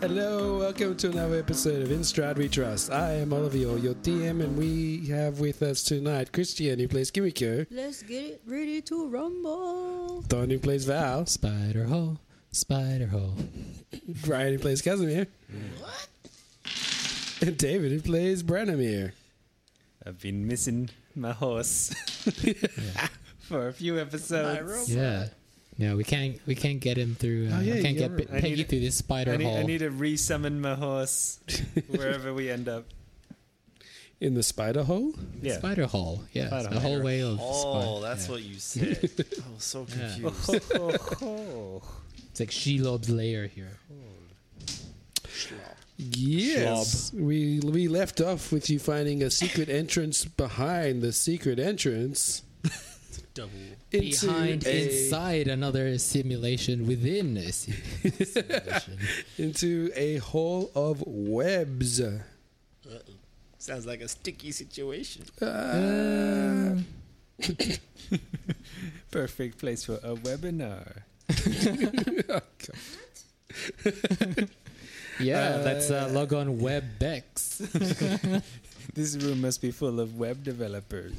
Hello, welcome to another episode of In Stride We Trust. I am Olivia, your DM, and we have with us tonight Christian, who plays Kimiko, Let's get it ready to rumble. Don, who plays Val, Spider hole, spider hole. Brian, who plays Casimir, and David, who plays Branimir. I've been missing my horse for a few episodes. Yeah. No, we can't. We can't get him through. Uh, Oh, yeah, we can't you're get right. I Peggy need- through this spider I need, hole. I need to resummon my horse wherever we end up. In the spider hole? Yeah. Spider hole. Yeah, Spider the whole hole. way of. Oh, spi- that's yeah. what you said. I was so confused. It's like Shelob's layer here. Yes. We, we left off with you finding a secret entrance behind the secret entrance. Double. Into Behind, a- inside another simulation within a si- simulation. Into a hole of webs. Sounds like a sticky situation. Ah. Perfect place for a webinar. yeah, that's uh, log on WebEx. This room must be full of web developers.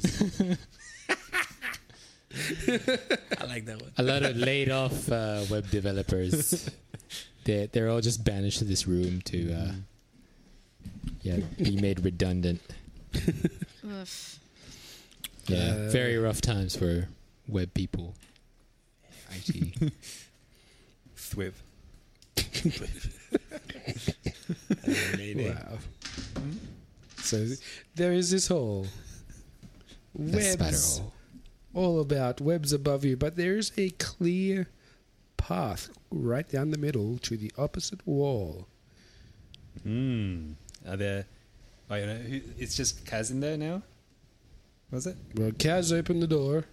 I like that one. A lot of laid off uh, web developers. they they're all just banished to this room to, uh, yeah, be made redundant. Yeah, Uh, very rough times for web people. IT. Thwip. Wow. Hmm? So there is this hole. the spider Webs hole. all about webs above you, but there is a clear path right down the middle to the opposite wall. Hmm. Are there? I don't know. who- It's just Kaz in there now. Was it? Well, Kaz opened the door.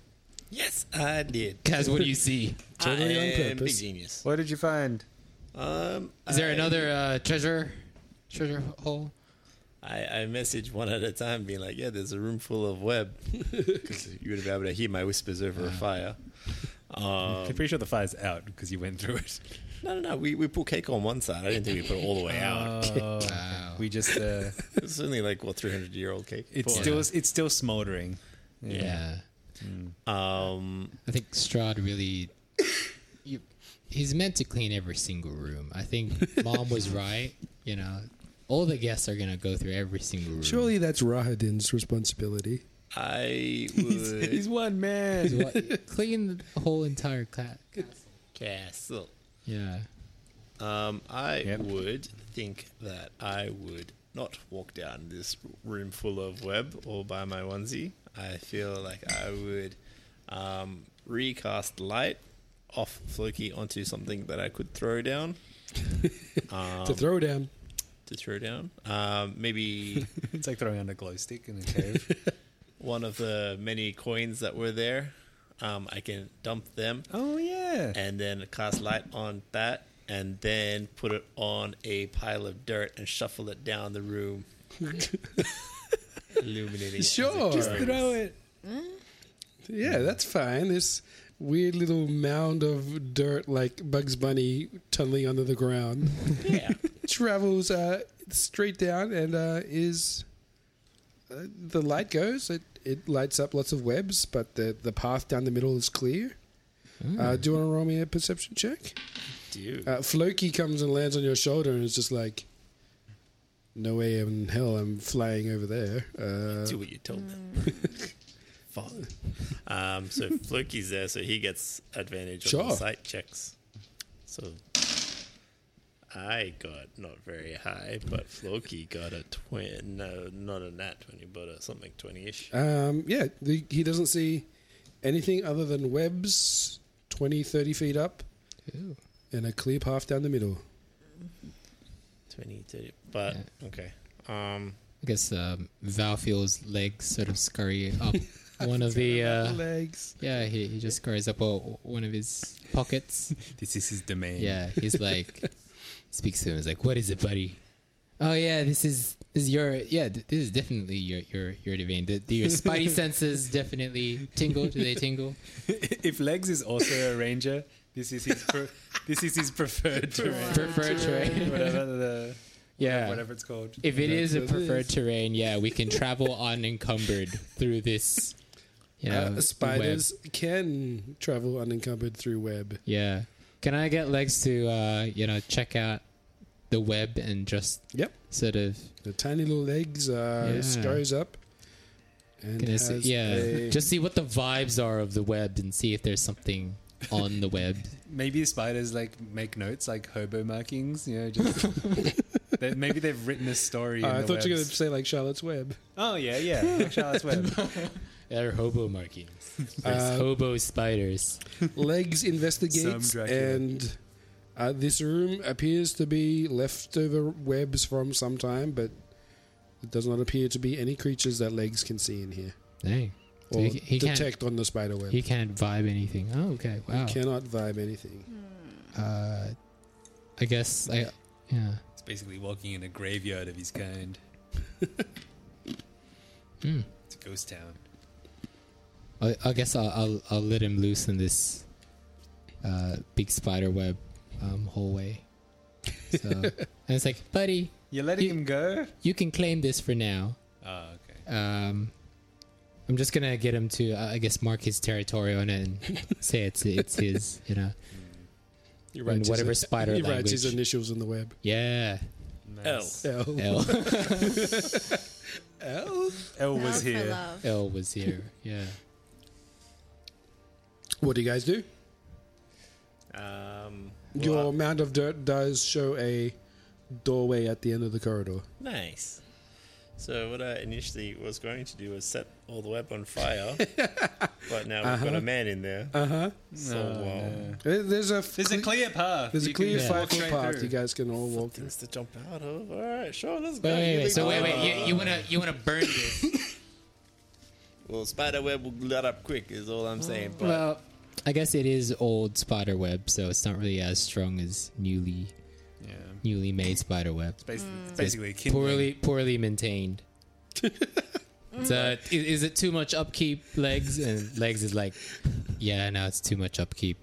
Yes, I did. Guys, what do you see? Totally I on am purpose. Big genius. What did you find? Um, Is there I- another uh, treasure treasure hole? I, I message one at a time, being like, "Yeah, there's a room full of web," because you would have been able to hear my whispers over a fire. Um, I'm pretty sure the fire's out because you went through it. no, no, no. We, we put cake on one side. I didn't think we put it all the way out. Oh, Wow. we just. Uh, It's only like what 300 year old cake. it's Poor. still. It's still smoldering. Yeah. Um, I think Strahd really you, he's meant to clean every single room. I think mom was right, you know. All the guests are gonna go through every single room. Surely that's Rahadin's responsibility. I would He's one man. So what- clean the whole entire class. castle. Yeah. Um, I Yep. would think that I would not walk down this room full of web all by my onesie. I feel like I would um, recast light off Floki onto something that I could throw down to throw down. to throw down. Um, maybe It's like throwing on a glow stick in a cave. one of the many coins that were there. Um, I can dump them oh yeah. and then cast light on that. and then put it on a pile of dirt and shuffle it down the room, illuminating. it as it Sure. goes. Just throw it. Yeah, that's fine. This weird little mound of dirt, like Bugs Bunny tunneling under the ground, Yeah. travels uh, straight down and uh, is. Uh, the light goes. It, it lights up lots of webs, but the, the path down the middle is clear. Uh, do you want to roll me a perception check? Dude. Uh, Floki comes and lands on your shoulder and is just like, "No way in hell, I'm flying over there." Uh, Do what you told them. Follow. Um, so Floki's there, so he gets advantage on the Sure. sight checks. So I got not very high, but Floki got a twin. No, not a nat twenty, but a something twenty-ish. Um, yeah, the, he doesn't see anything other than webs 20, 30 feet up Ooh. and a clear path down the middle. 20, 30. But okay. Um, I guess um, Valfield's legs sort of scurry up one of the. Uh, Legs. yeah, he, he just scurries up uh, one of his pockets. This is his domain. Yeah, he's like, speaks to him. He's like, "What is it, buddy? Oh yeah, this is this is your yeah. th- This is definitely your your your domain. The, the- your spidey senses definitely tingle. Do they tingle? if Legs is also a ranger, this is his pre- this is his preferred terrain. Preferred terrain. Whatever the Yeah. whatever it's called. If it is a what it preferred is. terrain, yeah, we can travel unencumbered through this. You know, Uh, web. spiders can travel unencumbered through web. Yeah. Can I get Legs to uh, you know check out the web and just Yep. sort of The tiny little legs uh, Yeah. scurries up. And Can I see- has yeah, a- just see what the vibes are of the web and see if there's something on the web. Maybe spiders like make notes like hobo markings, you know, just they, maybe they've written a story. Uh, in I the thought you were going webs. to say like Charlotte's Web. Oh yeah, yeah. Charlotte's Web. They're hobo markings. There's Uh, hobo spiders. legs Some investigates Dracula. and uh, this room appears to be leftover webs from some time but it does not appear to be any creatures that legs can see in here Dang. So or he, he can't. detect on the spider web He can't vibe anything. Oh, okay. Wow. cannot vibe anything Uh, I guess I. Yeah. It's basically walking in a graveyard of his kind. It's a ghost town. I, I guess I'll, I'll I'll let him loose in this uh, big spider web um, hallway. So, and it's like, buddy, You're letting You- him go? you can claim this for now. Oh, okay. Um, I'm just gonna get him to, uh, I guess, mark his territory on it and say it's it's his, you know. he writes his- whatever spider he writes his language. initials in the web Yeah, L. L. L L Now was for here. love. L was here. Yeah, what do you guys do Um, your well, mound of dirt does show a doorway at the end of the corridor Nice. So what I initially was going to do was set all the web on fire, but now we've got a man in there. Uh-huh. So Oh, well, There- there's a There's a cle- clear path. there's a You can clear walk five foot straight path through. you guys can all walk through things to jump out of. All right, sure, let's go. wait, wait, You wait. lead So the wait, way. wait. You, you wanna you wanna burn this? Well, spider web will let up quick. Is all I'm saying. But well, I guess it is old spider web, so it's not really as strong as newly Yeah. newly made spider web. Basically, it's basically kindling. Poorly poorly maintained. so i- is it too much upkeep, legs? And legs is like, yeah, no, it's too much upkeep.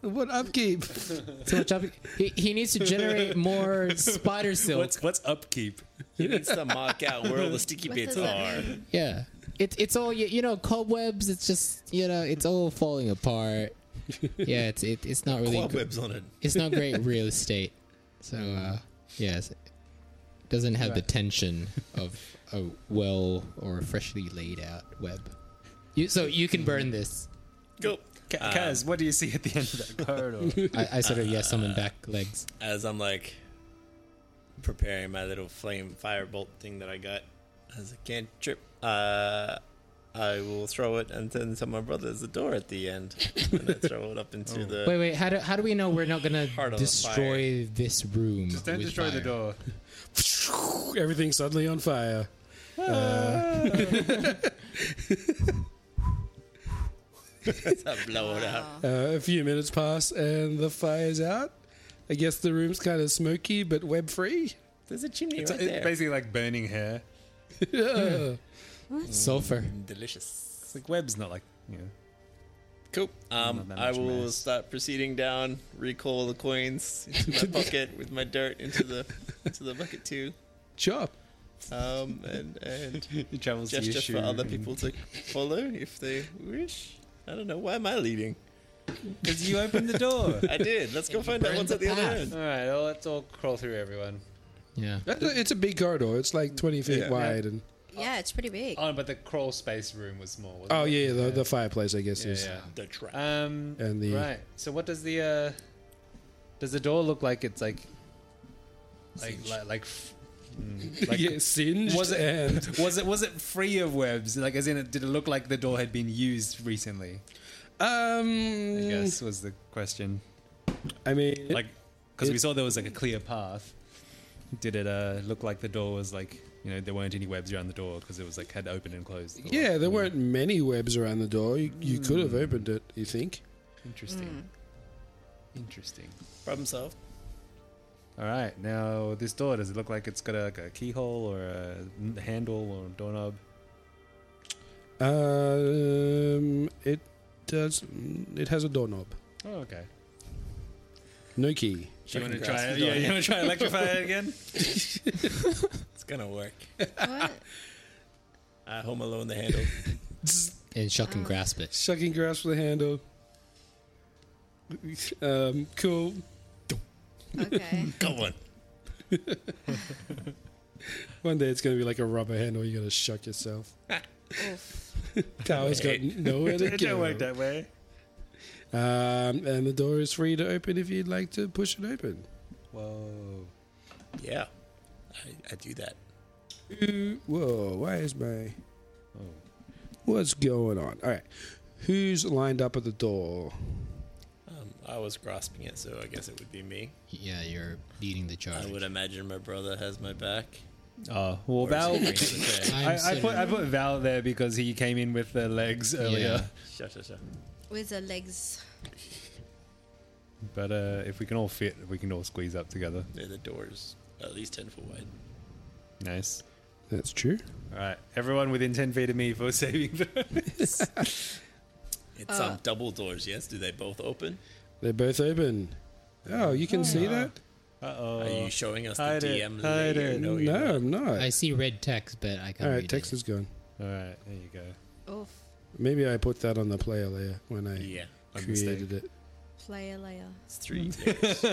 what upkeep Too much upkeep. He, he needs to generate more spider silk. What's what's upkeep? he needs to mark out where all the sticky What bits does that Oh, are. mean? Yeah. It, it's all you, you know cobwebs. It's just you know it's all falling apart. Yeah, it's it, it's not really gr- Cobwebs on it. it's not great real estate. So uh, yes, it doesn't have the tension of a well or a freshly laid out web. You, so you can burn this. Go. Ca- Kaz, what do you see at the end of that corridor? I, I sort of yeah summon back legs. As I'm like preparing my little flame firebolt thing that I got as a cantrip, uh, I will throw it and then tell my brother there's a door at the end. and I throw it up Oh. into the. Wait, wait. How do how do we know we're not gonna Heart on the destroy this room? Just don't with destroy the fire? door. everything suddenly on fire. I blow it out. Uh, a few minutes pass and the fire's out, I guess the room's kind of smoky but web free. There's a chimney It's, right it's there. basically like burning hair. Sulfur. delicious. It's like web's not like you know. Cool. Um, Not that I much will mass. start proceeding down. Recall the coins into my bucket with my dirt into the into the bucket too. Chop. Um, and and It travels to your gesture shoe for other and- people to follow if they wish. I don't know. Why am I leading? Because you opened the door. I did. Let's go find out burned what's the at the other path. end. all right, well, let's all crawl through everyone. Yeah. That's a- It's a big corridor. It's like 20 feet Yeah. wide. and Yeah, it's pretty big. Uh, Oh, but the crawl space room was small. wasn't Oh, it? yeah, the, the fireplace, I guess, yeah, is. yeah. The trap. Um, And the- right. So what does the uh, does the door look like? It's like like like, like, f- mm, like yeah, singed was it and was it was it free of webs? Like as in, it, did it look like the door had been used recently? I um, guess was the question. I mean, Like because we it- saw there was like a clear path. Did it uh, look like the door was like you know there weren't any webs around the door because it was like had opened and closed? or- yeah, there weren't many webs around the door. You, you could have Hmm. opened it. You think? Interesting. Interesting. Problem solved. All right, now this door does it look like it's got a, like a keyhole or a n- handle or a doorknob? Um, it does. It has a doorknob. Oh, okay. No key. Do you want to Fucking try? grasp It? the Yeah, door. you want to try and electrify it again? It's gonna work. What? I home alone the handle. And Shuck can grasp it. Sucking grass with a handle. Um, cool. Okay. Come on. One day it's gonna be like a rubber handle. You gotta shuck yourself. Oof. Tower's got nowhere to It don't go. work that way. Um, and the door is free to open if you'd like to push it open. Whoa! Yeah, I, I do that. Who- Whoa, why is my. Oh. What's going on? All right. Who's lined up at the door? Um, I was grasping it, so I guess it would be me. Yeah, you're leading the charge. I would imagine my brother has my back. Oh well, Or Val. is he brings the day? I'm I, I sitting- put I put Val there because he came in with the legs earlier. Yeah. Shut, shut, shut. With the legs. But uh, if we can all fit, we can all squeeze up together. Yeah, the door's at least ten foot wide. Nice. That's true. All right, everyone within ten feet of me for saving. throw. It's um, double doors. Yes, do they both open? They're both open. Oh, you can see that? Uh-oh. Are you showing us the Oh. hide it, DM? hide layer? it. No, you're No, not. I'm not. I see red text, but I can't All right, read text it. is gone. All right, there you go. Oof. Maybe I put that on the player layer when I Yeah, my mistake. created it. Player layer. It's three. layers.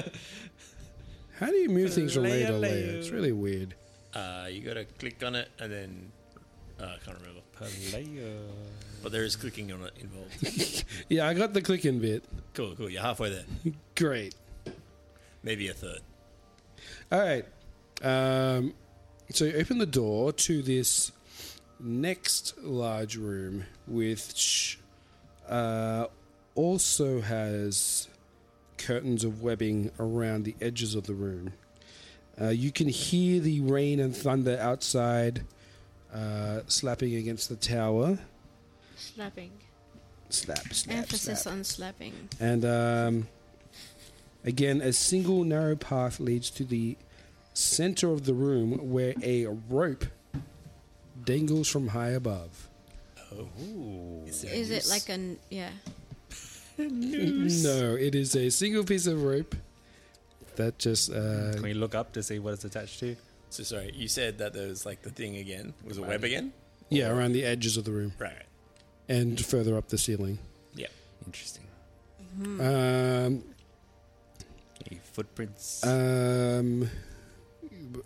How do you move things from layer Layer, to layer? layer. It's really weird. uh, you gotta click on it and then uh, I can't remember, Paleo. but there is clicking on it involved. Yeah, I got the clicking bit. cool, cool. You're halfway there. Great. Maybe a third. All right. Um, so you open the door to this next large room, which uh, also has curtains of webbing around the edges of the room. Uh, you can hear the rain and thunder outside uh, slapping against the tower. Slapping. Slap, slap, Emphasis slap. on slapping. And um, again, a single narrow path leads to the center of the room where a rope dangles from high above. Is, there a Is it noose? like an yeah? No, it is a single piece of rope that just. Uh, Can we look up to see what it's attached to? So sorry. You said that there was like the thing again. Was a web again? yeah, around the edges of the room Right. and further up the ceiling. Yeah. Interesting. Um, Any footprints? um,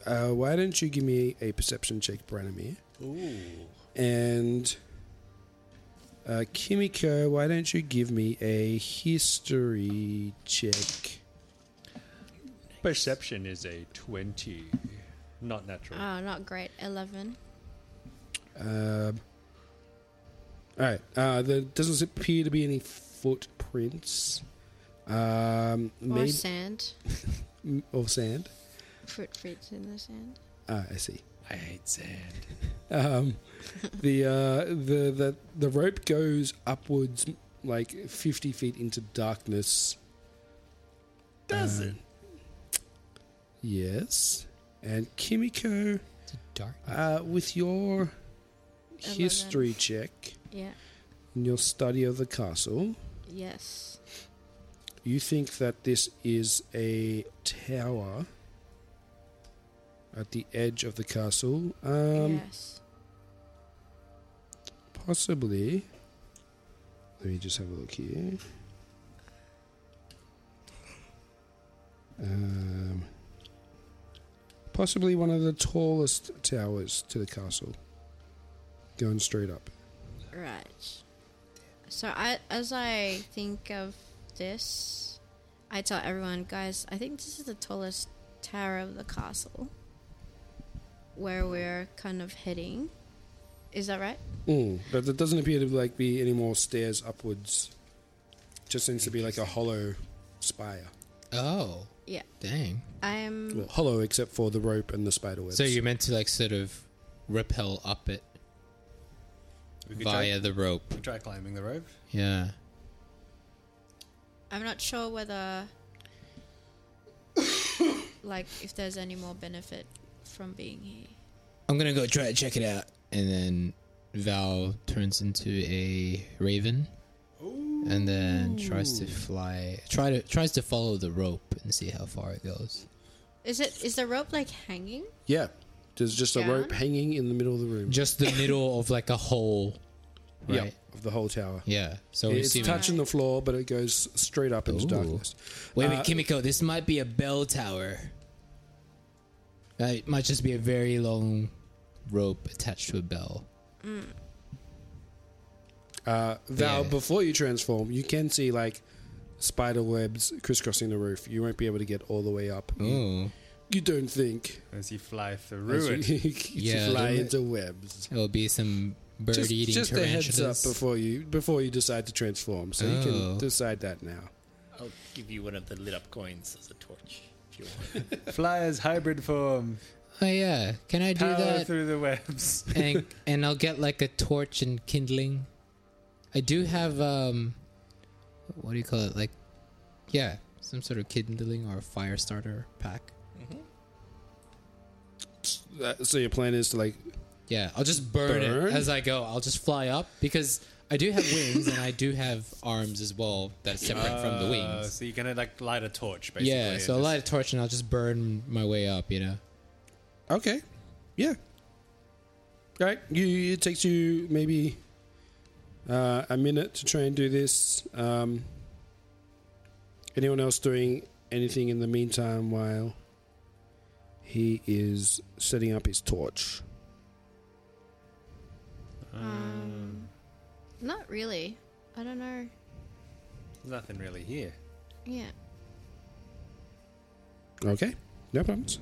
uh, why don't you give me a perception check, Branimir? Ooh. And uh, Kimiko, why don't you give me a history check? Perception is a 20. Not natural. Oh, not great. Eleven. Um, all right. Uh, there doesn't appear to be any footprints. Um, Or maybe sand. or sand. Fruit fruits in the sand. Ah, I see. I hate sand. Um, the, uh, the the the rope goes upwards like fifty feet into darkness. Does it? Yes. And Kimiko, It's a dark. uh, with your history check Yeah. and your study of the castle, Yes. you think that this is a tower at the edge of the castle. Um, yes. Possibly. Let me just have a look here. Um, possibly one of the tallest towers to the castle. Going straight up. Right. So I, as I think of this, I tell everyone, guys, I think this is the tallest tower of the castle, where we're kind of heading. Is that right? Hmm. Mm, but there doesn't appear to like be any more stairs upwards. Just seems to be like a hollow spire. Oh, Yeah. dang. I'm. Well, hollow except for the rope and the spider webs. So you're meant to like sort of rappel up it We could via try, the rope. we could try climbing the rope. Yeah. I'm not sure whether, like, if there's any more benefit from being here. I'm gonna go try to check it out. And then Val turns into a raven, and then tries to fly. Try to tries to follow the rope and see how far it goes. Is it? Is the rope like hanging? yeah. There's just a Down? rope hanging in the middle of the room. Just the middle of like a hole, Yeah, right? of the whole tower. Yeah. So we It's see. touching the floor, but it goes straight up into Ooh. darkness. Wait a Uh, minute, Kimiko. This might be a bell tower. Uh, it might just be a very long rope attached to a bell. Uh, Val, Yeah. before you transform, you can see like spider webs crisscrossing the roof. You won't be able to get all the way up. Hmm. Ooh. You don't think? As you fly through as it. You, yeah, Yeah, fly don't- into webs. It'll be some Just, bird-eating just a heads up tarantulas. before you before you decide to transform, so you can Oh. decide that now. I'll give you one of the lit up coins as a torch if you want. Flyers hybrid form. Oh yeah, can I do Power that? through the webs. and and I'll get like a torch and kindling. I do have um, what do you call it? Like, yeah, some sort of kindling or fire starter pack. That- Uh, So your plan is to like Yeah, I'll just burn, Burn? it as I go. I'll just fly up because I do have wings and I do have arms as well that's separate from the Uh, wings. so you're gonna like light a torch, basically. Yeah, and so I'll just- light a torch and I'll just burn my way up. You know. okay, yeah. Right, you it takes you maybe uh, a minute to try and do this. Um, anyone else doing anything in the meantime while he is setting up his torch? Um, not really. I don't know. Nothing really here. Yeah. Okay, no problems.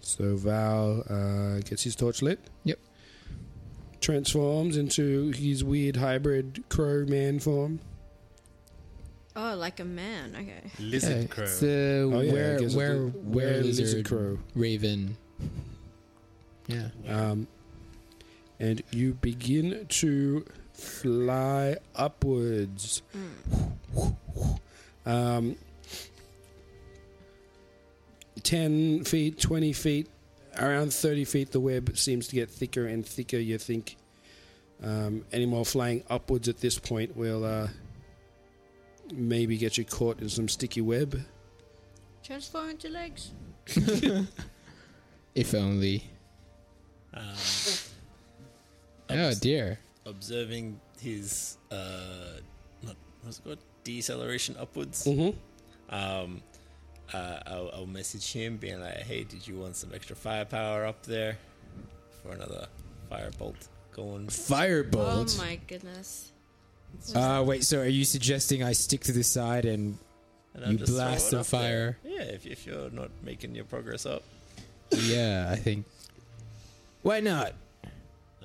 So Val uh, gets his torch lit. Yep. Transforms into his weird hybrid crow man form. Oh, like a man. Okay. Lizard Yeah, crow. It's the Oh, yeah, I where guess it's where the where lizard crow. raven. Yeah. Um, and you begin to fly upwards. Hmm. Um, 10 feet, 20 feet, around 30 feet, the web seems to get thicker and thicker. You think um, any more flying upwards at this point will uh, maybe get you caught in some sticky web. Transform into legs. If only. Um, Oh dear. observing his uh, not what's it called deceleration upwards. Mm-hmm. Um, uh, I'll, I'll message him being like, "Hey, did you want some extra firepower up there for another firebolt going?" Firebolt. Oh my goodness. Uh, wait, so are you suggesting I stick to the side and And I'll You just throw blast it the up there. fire. Yeah, if, if you're not making your progress up, yeah, I think. Why not?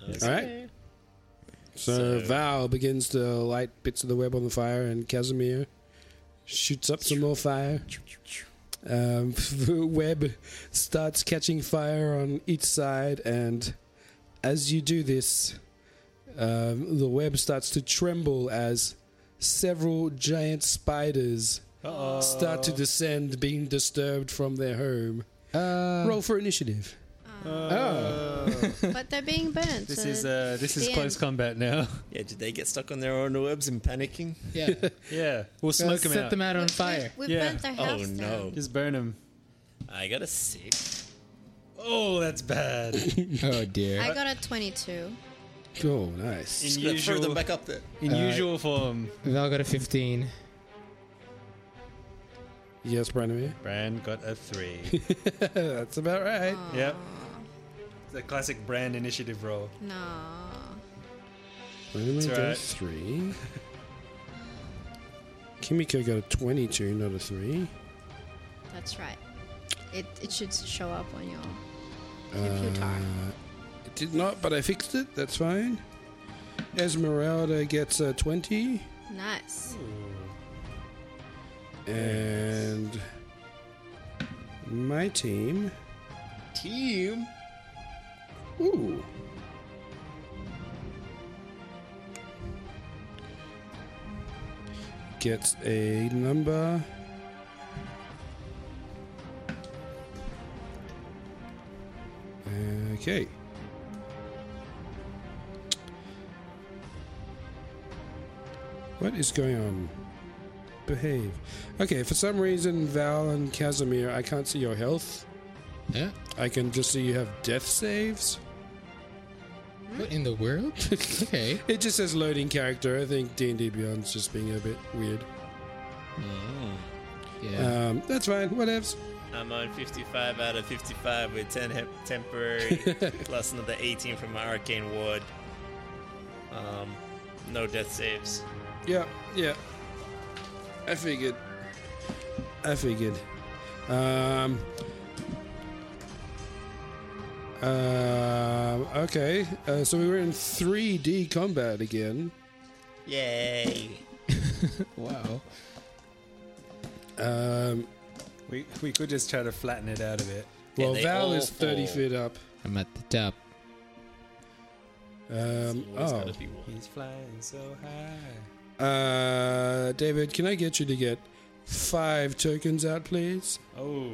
Okay. All right. So, So- Val begins to light bits of the web on the fire, and Casimir shoots up some more fire. Um, the web starts catching fire on each side, and as you do this, um, the web starts to tremble as several giant spiders start to descend, being disturbed from their home. Roll for initiative. Oh. but they're being burnt. This so is uh, this is the close end. combat now. Yeah, did they get stuck on their own webs and panicking? Yeah. yeah, we'll smoke Let's them set out. them out on We've- fire. We've Yeah. burnt their Oh, house no. down. Just burn them. I got a six. Oh, that's bad. Oh dear. I got a 22. Oh, nice. In Just gonna throw them usual, back up there. in Uh, usual form. Val got a 15. Yes, Branimir. Brand got a three. That's about right. yep. The classic brand initiative roll. No. Branimir got a right. three. Kimiko got a 22, not a three. That's right. It, it should show up on your computer. It did not, but I fixed it. That's fine. Esmeralda gets a 20. nice. And my team. Team. Ooh. Gets a number. Okay. What is going on? Behave. Okay, for some reason, Val and Casimir, I can't see your health. Huh? I can just see you have death saves. What in the world? okay. It just says loading character. I think D and D Beyond's just being a bit weird. Yeah. Um, that's fine. Whatevs. I'm on 55 out of 55 with 10 hep- temporary, plus another 18 from my arcane ward. Um, no death saves. Yeah, yeah. I figured. I figured. Um. Um. okay, uh, so we were in 3D combat again. Yay! wow. Um, We we could just try to flatten it out a bit. well, they Val all is 30 fall. feet up. I'm at the top. Um, Always oh. gotta be one. He's flying so high. Uh, David, can I get you to get five tokens out, please? Oh,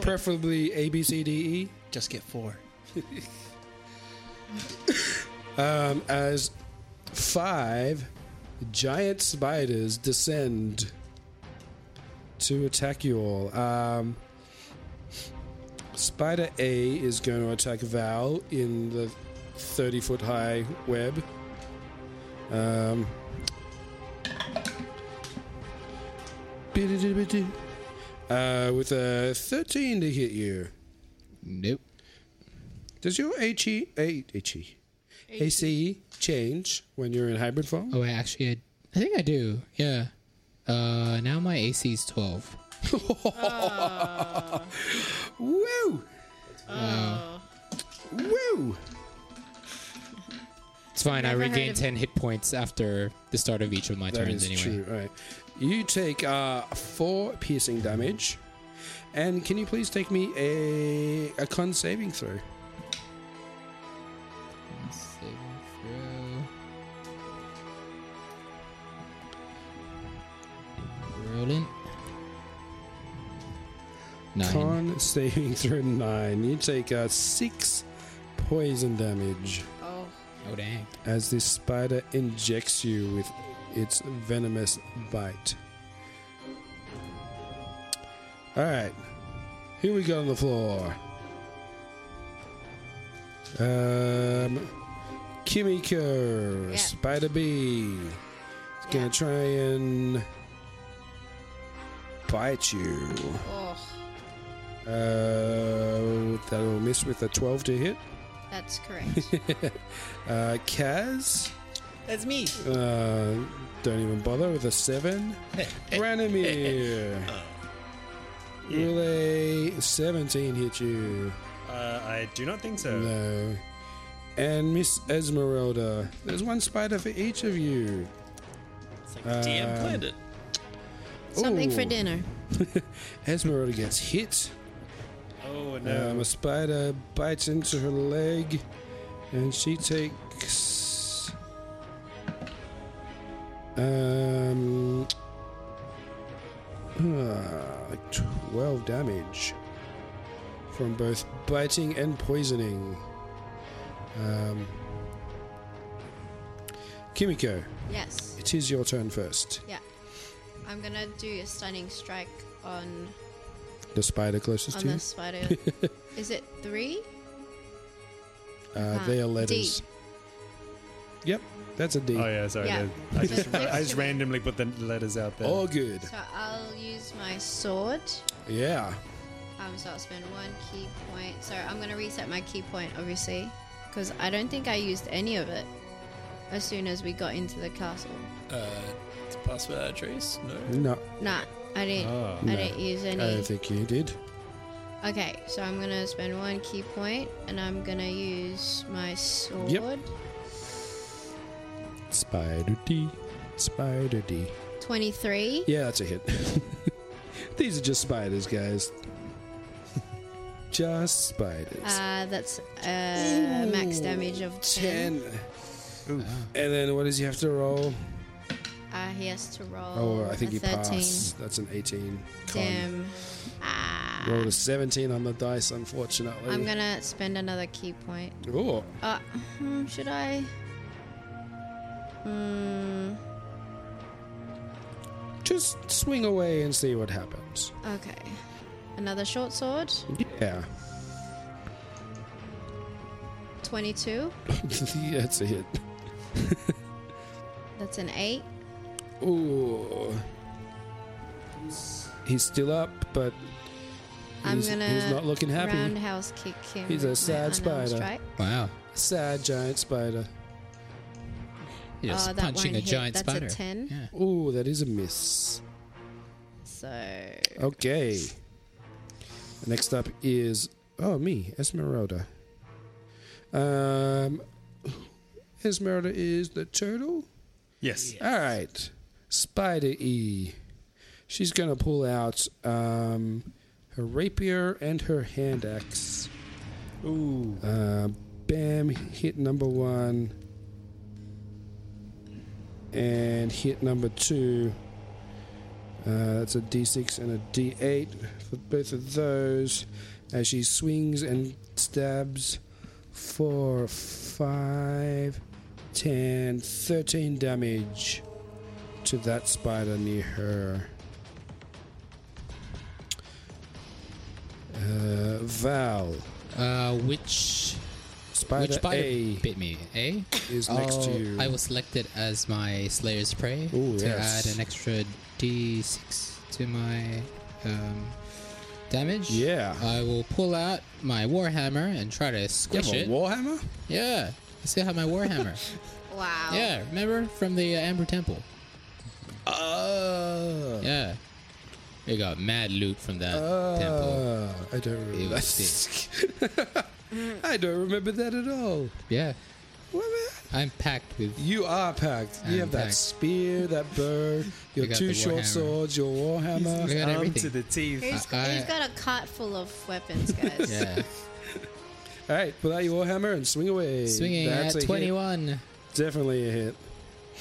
Preferably A, B, C, D, Just get four. E. Um, as five giant spiders descend to attack you all. Um, spider A is going to attack Val in the 30 foot high web. Um, uh, with a 13 to hit you. Nope. Does your HE, A- E, HE, ACE E change when you're in hybrid form? Oh, wait, actually, I, I think I do. Yeah. Uh, now my AC is 12. Woo! Woo! It's fine. Never I heard regain of- 10 hit points after the start of each of my That turns, is anyway. true. All right. You take uh, four piercing damage. And can you please take me a, a con saving throw? Saving throw. Rolling. Nine. Con saving throw nine. You take uh, six poison damage Oh, Oh dang. as this spider injects you with its venomous bite. All right, here we go on the floor. Um, Kimiko, Yeah. Spider Bee, is Yeah. gonna try and bite you. oh, Uh, that'll miss with a 12 to hit. that's correct. Uh, Kaz. That's me. Uh, don't even bother with a seven. Branimir. Will a 17 hit you? uh, I do not think so. No. And Miss Esmeralda. There's one spider for each of you. It's like the DM planned it. Something for Ooh. dinner. Esmeralda gets hit. Oh no. Um, a spider bites into her leg, and she takes um, Ah, 12 damage from both biting and poisoning. Um, Kimiko, Yes. it is your turn first. Yeah. I'm gonna do a stunning strike on The spider closest on to you. the spider. Is it three? Uh, Uh, they are D. letters. Yep, that's a D. Oh yeah, sorry. Yeah. I I just, Just I next just to me. randomly put the letters out there. All good. So I'll use my sword. Yeah. Um, so I'll spend one key point. So I'm gonna reset my key point, obviously, because I don't think I used any of it as soon as we got into the castle. Uh, password trace? No. No, Nah, I didn't. Ah. I No. didn't use I any. don't think you did. Okay, so I'm gonna spend one key point, and I'm gonna use my sword. Spider D. Spider D. Twenty-three. Yeah, that's a hit. These are just spiders, guys. just spiders. Uh, that's uh, max damage of ten. Ten. And then what does he have to roll? Uh, he has to roll. Oh, I think a he 13. passed. That's an 18. Con. Damn. Ah. Rolled a 17 on the dice, unfortunately. I'm gonna spend another key point. Oh, Uh, hmm, should I? Hmm. just swing away and see what happens. Okay. Another short sword. Yeah. Twenty-two. that's a hit. That's an eight. Ooh. He's still up, but I'm he's, gonna he's not looking happy. roundhouse kick him. He's a with my sad unarmed spider. strike. Wow. Sad giant spider. You're just Oh, that punching one a hit. giant That's a spider. 10. Yeah. Ooh, that is a miss. So Okay. Next up is oh me, Esmeralda. Um, Esmeralda is the turtle. Yes. All right, Spider E. She's gonna pull out um, her rapier and her hand axe. Ooh. Uh, bam! Hit number one. And hit number two. Uh, that's a d6 and a d8 for both of those. As she swings and stabs four, five, ten, thirteen damage to that spider near her. Uh, Val, Uh, which spider, which spider A bit me? A. is next to you. I will select it as my Slayer's Prey Ooh, to yes. add an extra d6 to my um, damage. Yeah. I will pull out my Warhammer and try to You squish have a it. warhammer? yeah. I still have my Warhammer. wow. yeah, remember from the uh, Amber Temple? Uh, Yeah. We got mad loot from that temple. uh, I don't It remember. was that. I don't remember that at all. Yeah. What the- I'm packed with. You are packed. I'm you have that packed. spear, that bow, your got two the short warhammer. swords, your warhammer. We got Armed everything. to the teeth. He's, I- he's got a cart full of weapons, guys. yeah. All right, pull out your warhammer and swing away. Swinging That's a at hit. 21. Definitely a hit.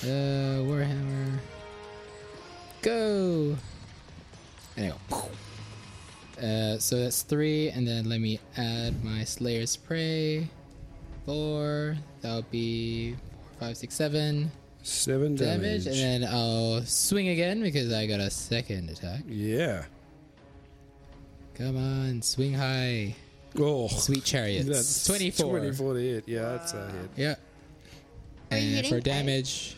Uh, Warhammer. Go. Anyway. Uh, so that's three, and then let me add my Slayer's Prey. Four. That'll be four, five, six, seven Seven damage, damage. and then I'll swing again because I got a second attack. yeah. Come on, swing high, Oh, sweet chariots. that's twenty-four. 24 to hit. Yeah, that's a hit. Yeah. Are you and hitting for eight? damage,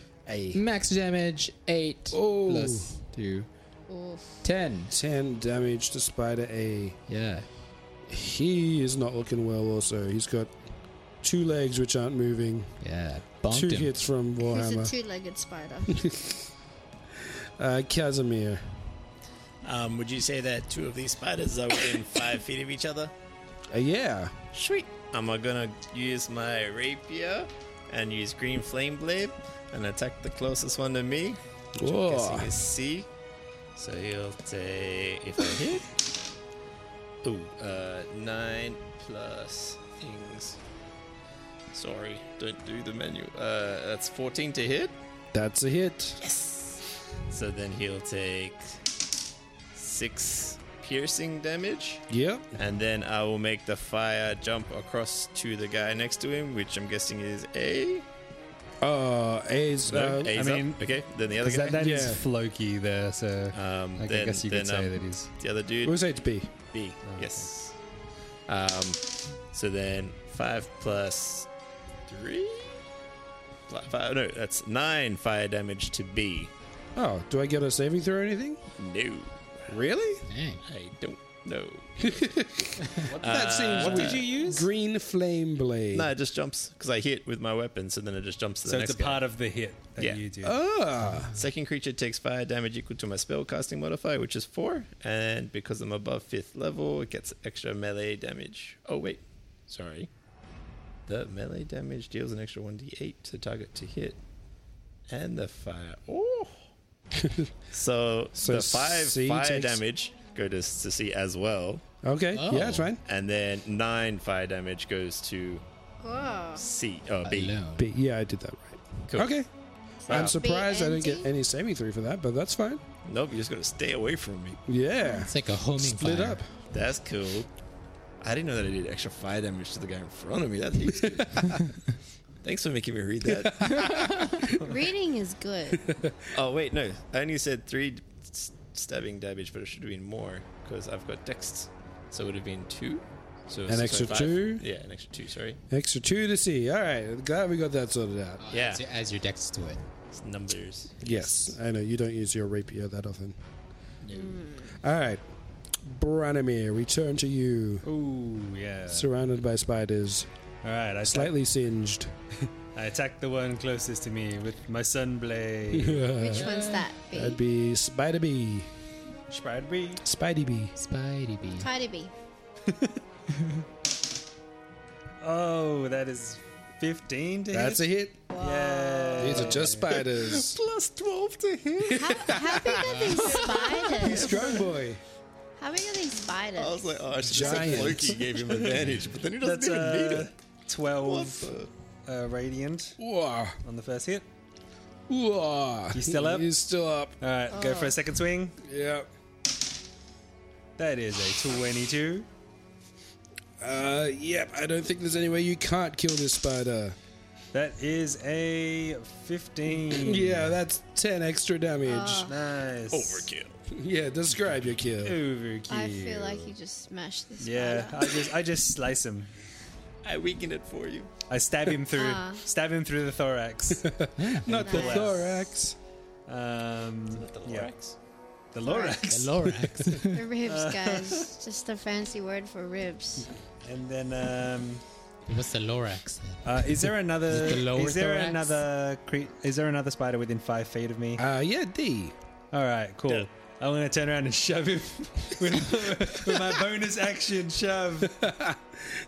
max damage eight Oh. plus two. Oof. Ten. 10 damage to Spider A. Yeah. He is not looking well, also. He's got two legs which aren't moving, Yeah. Bonked two him. hits from He's a Warhammer. two-legged spider. uh, Casimir. Um, would you say that two of these spiders are within five feet of each other? Uh, yeah. Sweet. I'm gonna use my rapier and use green flame blade and attack the closest one to me. Which I'm guessing is C. So he'll take if I hit. Ooh, uh, nine plus things. Sorry, don't do the menu. Uh, that's 14 to hit. That's a hit. Yes. So then he'll take six piercing damage. Yep. And then I will make the fire jump across to the guy next to him, which I'm guessing is A. Uh, A's, No, uh, A's I up. mean- okay. Then the other Because guy. that, that is Yeah. Floki there, so um, like, then, I guess you then, could say um, that Oh, he's. the other dude. it was HB. B. Yes. Um, so then five plus three. Pl- Five, no, that's nine fire damage to B. Oh, do I get a saving throw or anything? No, Really? Dang. I don't know. that seems what weird. did you use? Green flame blade. No, it just jumps because I hit with my weapon, so then it just jumps to the So next it's a part guy. of the hit that Yeah. you do. Ah, Second creature takes fire damage equal to my spell casting modifier, which is four, and because I'm above fifth level, it gets extra melee damage. Oh wait, sorry. The melee damage deals an extra one d8 to target to hit, and the fire. Oh, so, So the five C fire takes- damage go to, to C as well, okay. Yeah, that's Oh. fine. and then nine fire damage goes to Whoa. C or B. Alone. B. Yeah, I did that right. Cool. Okay. Wow. I'm surprised I didn't get BNT? any saving throw for that, but that's fine. Nope, you just gotta stay away from me. Yeah. It's like a homing Split fire. up. That's cool. I didn't know that I did extra fire damage to the guy in front of me. That's heaps good. Thanks for making me read that. Reading is good. Uh, oh wait, no, I only said three s- stabbing damage, but it should have been more because I've got texts, so it would have been two. So An extra 6.5. two? Yeah, an extra two. Sorry, Extra two to C. All right. Glad we got that sorted out. Yeah. As, as your dex to it. it's numbers. Yes. I know. You don't use your rapier that often. All right. Branimir, we turn to you. Ooh, yeah. Surrounded by spiders, All right, I attack, slightly singed. I attack the one closest to me with my sun blade. Which one's that? That'd B. be Spider Bee. Spider bee. Spidey Bee. Spidey bee. Tidy B. Oh, that is fifteen to That's a hit. hit. Yeah. These are just spiders. Plus twelve to hit. How, how big are these spiders? Strong boy. How big are these spiders? I was like, oh, I should Giant. say Loki gave him advantage, but then he doesn't That's even need uh, it. What twelve the- uh, radiant Whoa. on the first hit. Whoa. You still up? He's still up. All right, go Oh. for a second swing. Yeah. That is a twenty-two. Uh, yep. I don't think there's any way you can't kill this spider. That is a fifteen. Yeah, that's 10 extra damage. Oh. Nice. Overkill. Yeah, describe your kill. Overkill. I feel like you just smashed this. Yeah, spider. I just I just slice him. I weakened it for you. I stab him through. Ah. Stab him through the thorax. Not the Nice. thorax. Um, The yeah. Lorax. The Lorax. The Lorax. The ribs, guys. just a fancy word for ribs. And then, um, What's the Lorax? then? uh, is there another? Is it the lower is there thorax? another? Cre- is there another spider within five feet of me? Uh, yeah, D. All right, cool. Yeah. I'm gonna turn around and shove him with, with my bonus action shove.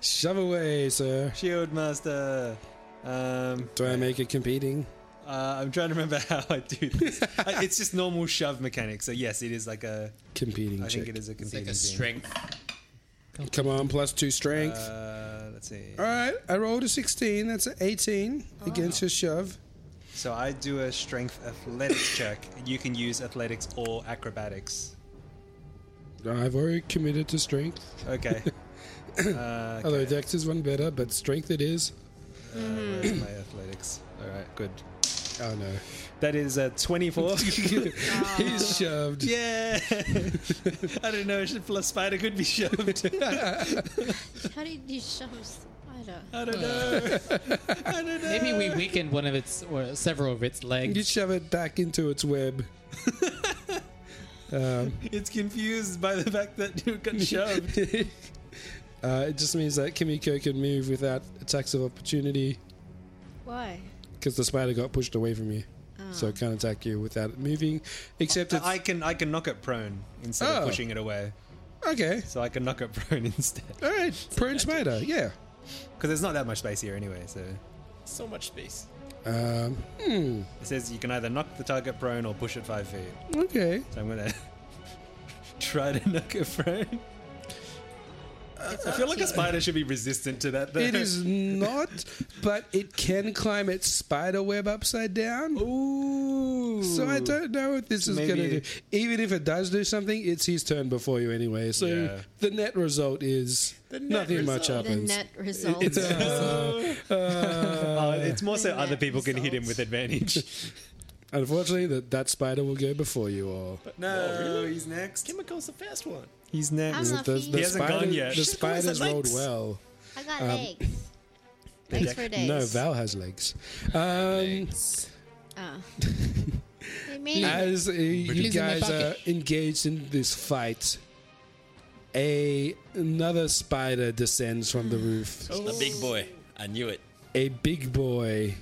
Shove away, sir. Shield master. Um, Do I make it competing? uh, I'm trying to remember how I do this. I- it's just normal shove mechanic. So yes, it is like a. Competing I check. think it is a It's competing like a thing. strength. Come on, plus two strength. Uh, Oh. let's see. All right, I rolled a 16. That's an 18 against his shove. So I do a strength athletics check. You can use athletics or acrobatics. I've already committed to strength. Okay. Uh, Although Dex is one better, but strength it is. Where's my athletics? All right, good. Oh no. That is a 24. Ah. He's shoved. yeah. I don't know. Should plus spider could be shoved. How did you shove a spider? I don't know. Maybe we weakened one of its or several of its You legs. shove it back into its web. um, It's confused by the fact that you got shoved. uh, it just means that Kimiko can move without attacks of opportunity Why? because the spider got pushed away from you. So Ah. it can't attack you without it moving. Except it's. I can I can knock it prone instead Oh. of pushing it away. okay. So I can knock it prone instead. All right. Prone spider. Yeah. Because there's not that much space here anyway. So it So much space. Um, hmm. says you can either knock the target prone or push it five feet. Okay. So I'm gonna try to knock it prone. I feel like a spider should be resistant to that. Though. It is not, but it can climb its spider web upside down. Ooh. So I don't know if this is going Maybe to do. it- Even if it does do something, it's his turn before you anyway. So Yeah. the net result is The net nothing much result. The happens. net result. Uh, it's more so Isn't other that people can hit him with insults? advantage. Unfortunately, that that spider will go before you all. no, he's next. Chemical's the fast one. He's I'm next. not The, the He feeding. hasn't spider- gone yet. The She spiders has legs. rolled well. I got legs. Legs for days. No, Val has legs. Um, Oh. They made it. as uh, you He's in my guys are pocket. engaged in this fight, a another spider descends from the roof. The big boy. I knew it. A big boy,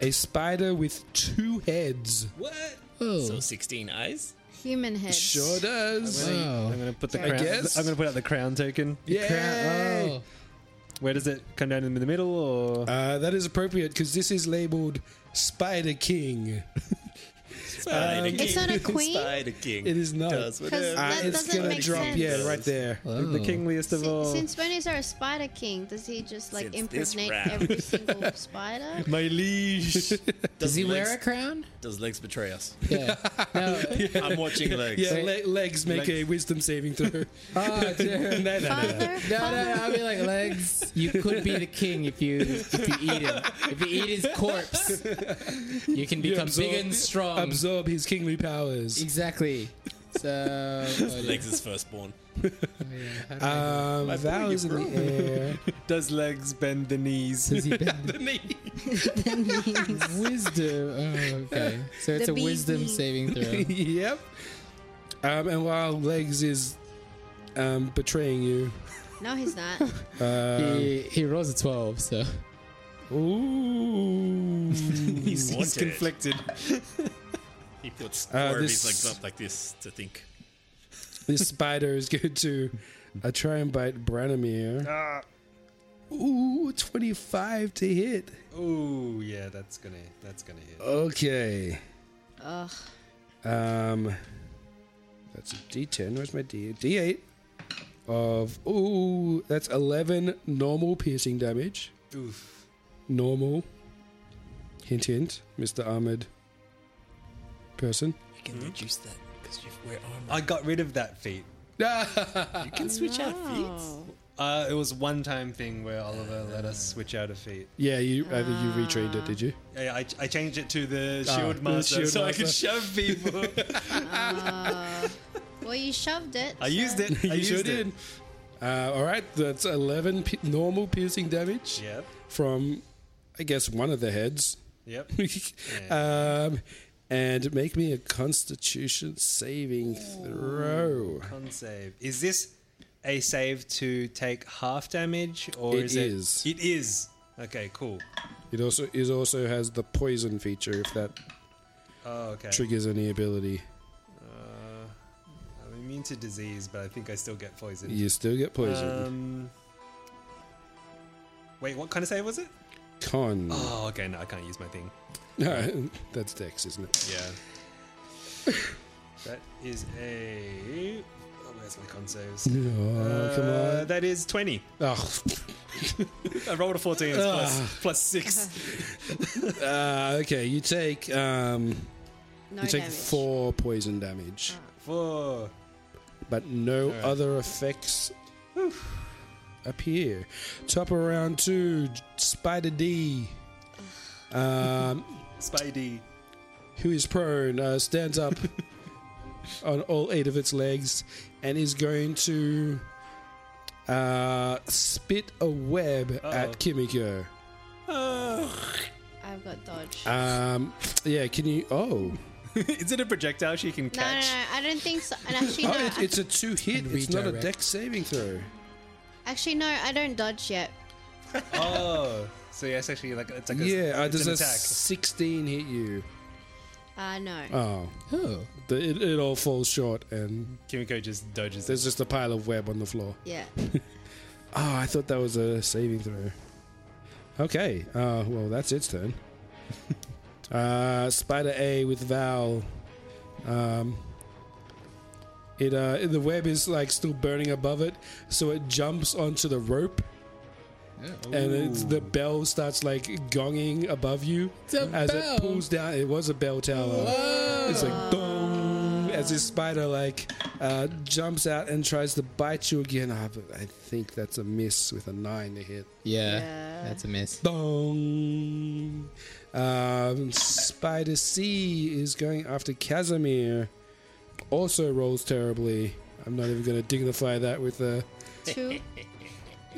a spider with two heads. What? Oh, So 16 eyes? Human head. Sure does. wow. I'm gonna put the I crown. guess. I'm gonna put out the crown token. Yay! Crown- Where does it come down in the middle, or Uh, that is appropriate because this is labeled Spider King. Spider King. It's not a queen. Spider King. Um, It is not. Does whatever. That Uh, it's doesn't gonna make drop, sense. yeah, right there. Oh. the kingliest of all? Si- Since when is there a spider king? Does he just like Since this impregnate round. every single spider? My liege. Does he wear legs- a crown? Does legs betray us? Yeah. No. I'm watching legs. Yeah, le- legs make a wisdom saving throw. oh, dear. no, no, no, no. Father, No, no, no, I'll be like legs. You could be the king if you if you eat him. If you eat his corpse, you can You become absorb- big and strong. Absorb his kingly powers. exactly. So oh, Legs is firstborn. yeah. How do I- Um, Val is in the air. Does legs bend the knees? does he bend wisdom? Oh, okay. So it's The E. a wisdom BB. saving throw. yep. Um, and while legs is um, betraying you, no, he's not. um, he, he rolls a twelve, so ooh, he's he's Wanted. conflicted. He puts Uh, four of his this- legs up like this to think. this spider is going to uh, try and bite Branimir. Ooh, twenty-five to hit. Oh yeah, that's gonna that's gonna hit. Okay. Ugh. Um, that's a D10. Where's my D? D8 of ooh, that's 11 normal piercing damage. Oof. Normal. Hint, hint, Mr. Armored person. You can reduce that because you wear armor. I got rid of that feat. You can switch out feet. Oh. Uh, it was one time thing where Oliver let us switch out a feat. Yeah, you. I think you retrained it, did you? Yeah, I, I changed it to the Ah, shield the master shield so I could master. shove people. Well, you shoved it. I used it. I you used sure it. did. Uh, all right, that's 11 pi normal piercing damage Yep. from, I guess, one of the heads. Yep. um, and make me a Constitution saving throw. Con save. Is this a save to take half damage or It is is. it? It is. Okay. Cool. It also it also has the poison feature if that Oh, okay. triggers any ability. I'm immune to disease, but I think I still get poisoned. You still get poisoned. Um, wait, what kind of save was it? Con. Oh, okay, no, I can't use my thing. No, that's Dex, isn't it? Yeah. that is a. Oh, where's my con saves? Oh, come Uh, on. That is 20. Oh, I rolled a 14, Ah. it's plus, plus 6. uh, okay. You take um, No you take damage. Ah. four poison damage, Four. but no other effects appear. Top of round two, Spider D, um, Spidey. who is prone, uh, stands up on all eight of its legs and is going to uh, spit a web Uh-oh. at Kimiko. I've got dodge. Um, yeah, can you? Oh, is it a projectile she can no, no, no, catch? I don't think so. And actually, oh no, it, it's a two hit. And It's not a redirect. deck saving throw. actually, no, I don't dodge yet. Oh. So, yeah, it's actually like, it's like a, Yeah, uh, it's does an a attack. sixteen hit you? Uh, no. Oh, Oh, the, it, it all falls short, and Kimiko just dodges it. there's just a pile of web on the floor. Yeah. Oh, I thought that was a saving throw. Okay. Uh, well, that's its turn. uh, Spider A with Val. Um, it uh, the web is like still burning above it, so it jumps onto the rope and it's, the bell starts like gonging above you a as bell. it pulls down. It was a bell tower. Uh, It's like boom as this spider like uh, jumps out and tries to bite you again. Ah, but I think that's a miss with a nine to hit. Yeah, Yeah. that's a miss. Bong. Um, Spider C is going after Casimir. Also rolls terribly. I'm not even going to dignify that with a. Two.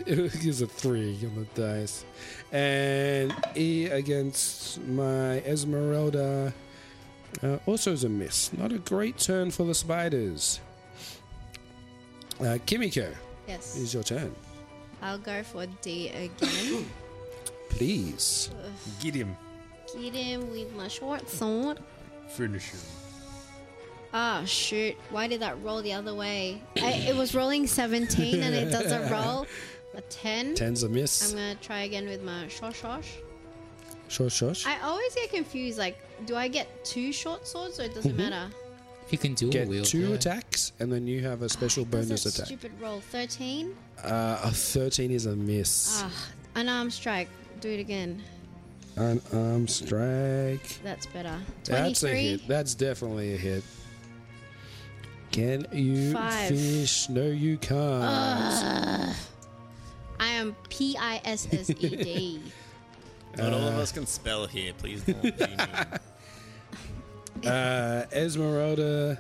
It gives a three on the dice. And E against my Esmeralda uh, also is a miss. Not a great turn for the spiders. Uh, Kimiko, it Yes. is your turn. I'll go for D again. Please. Get him. Get him with my short sword. Finish him. Ah, shoot. Why did that roll the other way? I, it was rolling 17 and it doesn't roll. A 10. Ten's a I'm miss. going to try again with my short shosh. Sure, sure. sure. I always get confused. Like, do I get two short swords or it doesn't Mm-hmm. matter? You can do a Get wheel. two yeah. attacks, and then you have a special What's bonus that attack. Stupid roll. 13. Uh, a 13 is a miss. Ah, unarmed strike. Do it again. An arm strike. That's better. 23. That's a hit. That's definitely a hit. Can you Five. Ah. finish? No, you can't. I am P I S S E D. Not all of us can spell here. Please don't. be mean. Uh, Esmeralda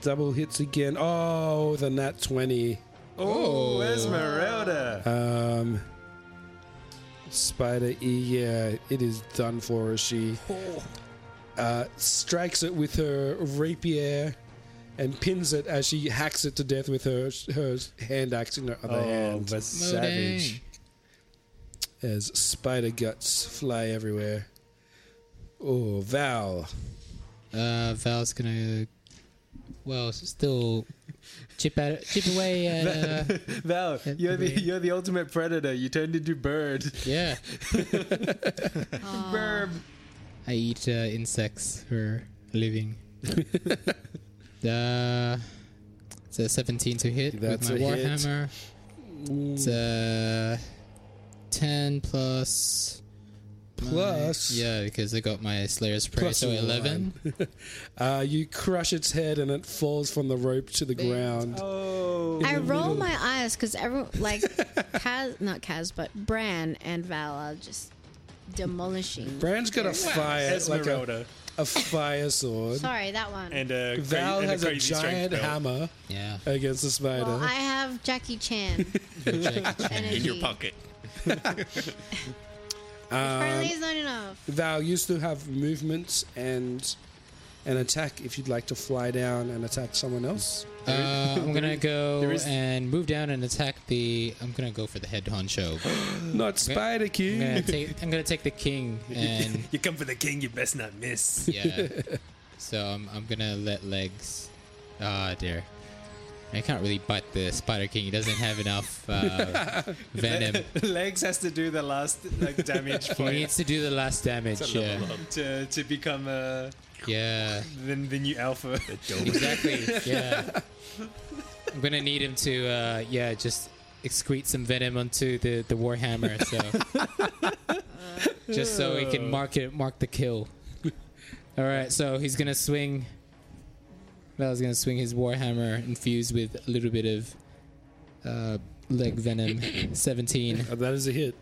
double hits again. Oh, with a nat 20. Oh, Esmeralda. Um, Spider E, yeah, it is done for. She uh, strikes it with her rapier and pins it as she hacks it to death with her her hand axe in her other hand. Oh, but savage. as spider guts fly everywhere. Oh, Val. Uh, Val's gonna, well, s- still chip at, chip away at. Uh, Val, you're the you're the ultimate predator. You turned into bird. yeah, Burb. I eat uh, insects for a living. uh, it's a 17 to hit That's with a my hit. warhammer. It's a 10 plus. my- Plus- yeah, because I got my Slayer's Prey, Plus so 11. Uh, you crush its head and it falls from the rope to the ground. Oh. Oh. I roll my eyes because everyone, like, Kaz, not Kaz, but Bran and Val are just demolishing. Bran's got a fire, like uh, a, Esmeralda. a fire sword. Sorry, that one. And a cra- Val and has a crazy strength giant belt. hammer Yeah. against the spider. well, I have Jackie Chan energy. in your pocket. Apparently, it's not enough. Val, you still have movement and an attack if you'd like to fly down and attack someone else. Uh, I'm gonna go is- and move down and attack the. I'm gonna go for the head honcho. Not Spider I'm gonna King. take. I'm gonna take the king and You come for the king, you best not miss. yeah. So I'm, I'm gonna let legs. Ah dear. I can't really bite the spider king. He doesn't have enough uh, venom. Legs has to do the last like damage He point needs to do the last damage. Yeah. to to become uh, Yeah. the, the new alpha. Exactly. Yeah. I'm gonna need him to. Uh, yeah. Just excrete some venom onto the the warhammer. So. just so he can mark it, mark the kill. All right. So he's gonna swing. Val's gonna swing his warhammer infused with a little bit of uh, leg venom. Seventeen. Oh, that is a hit.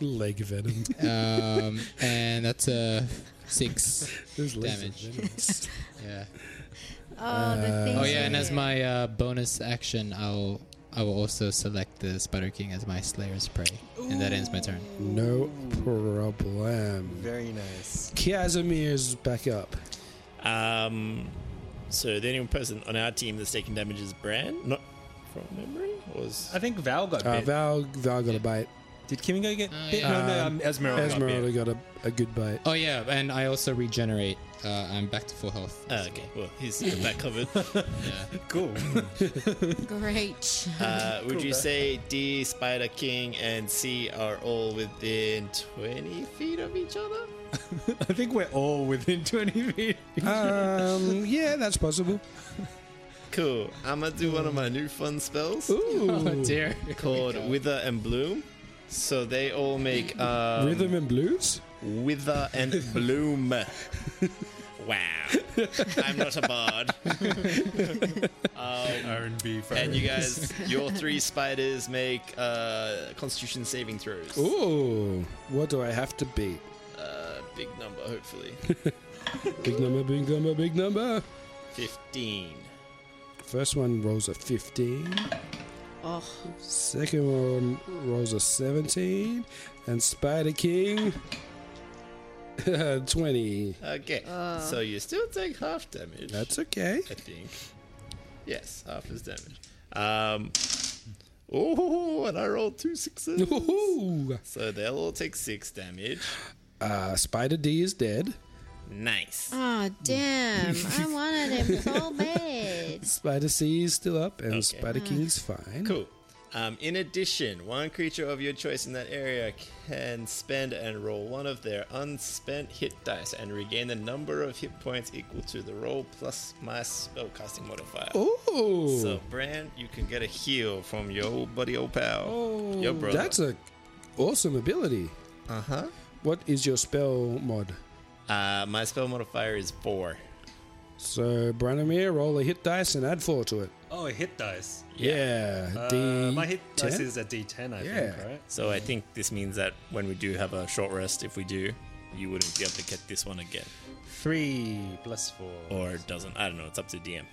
Leg venom. Um, and that's a six. There's laser Damage. venoms. Yeah. Oh, the things Oh yeah, and you as do. my uh, bonus action, I'll I will also select the Spider King as my Slayer's prey, and that ends my turn. no problem. Very nice. Casimir's back up. Um, so the only person on our team that's taking damage is Bran. Not from memory, was I think Val got Uh, bit. Val, Val got a bite. Did Kimiko get Oh, bit? yeah. No, no, um, Esmeralda. got bit. Esmeralda got a, a good bite. Oh yeah, and I also regenerate. Uh, I'm back to full health. Ah, okay. Well, he's got that covered. Cool. Great. Uh, would you say D, Spider King, and C are all within 20 feet of each other? I think we're all within 20 feet. Mm, Um, yeah, that's possible. Cool. I'm gonna do one of my new fun spells Oh dear. called Wither and Bloom. So they all make um, Rhythm and blues? Wither and Bloom. wow. I'm not a bard. Um, R&B and you guys, your three spiders make uh, Constitution saving throws. Ooh. What do I have to beat? Uh, big number, hopefully. Big number, big number, big number. 15. First one rolls a 15. Oh, Second one rolls a 17. And Spider King, 20. Okay. so you still take half damage. That's okay. I think. Yes, half his damage. Um, oh, and I rolled two sixes. Ooh. So they'll all take six damage. Uh, Spider D is dead. Nice. oh damn! I wanted him so bad. Spider C is still up, and Okay. Spider King is fine. Cool. Um, in addition, one creature of your choice in that area can spend and roll one of their unspent hit dice and regain the number of hit points equal to the roll plus my spellcasting modifier. Oh. Ooh. So, Brand, you can get a heal from your old buddy, old pal, Oh, your brother. That's a awesome ability. uh huh. What is your spell mod? Uh, my spell modifier is four. So, Branimir, roll a hit dice and add four to it. Oh, a hit dice. Yeah. Uh, D my hit dice 10? is a D10, I Yeah. think, right? So I think this means that when we do have a short rest, if we do, you wouldn't be able to get this one again, Three plus four. or it doesn't. I don't know. It's up to DM.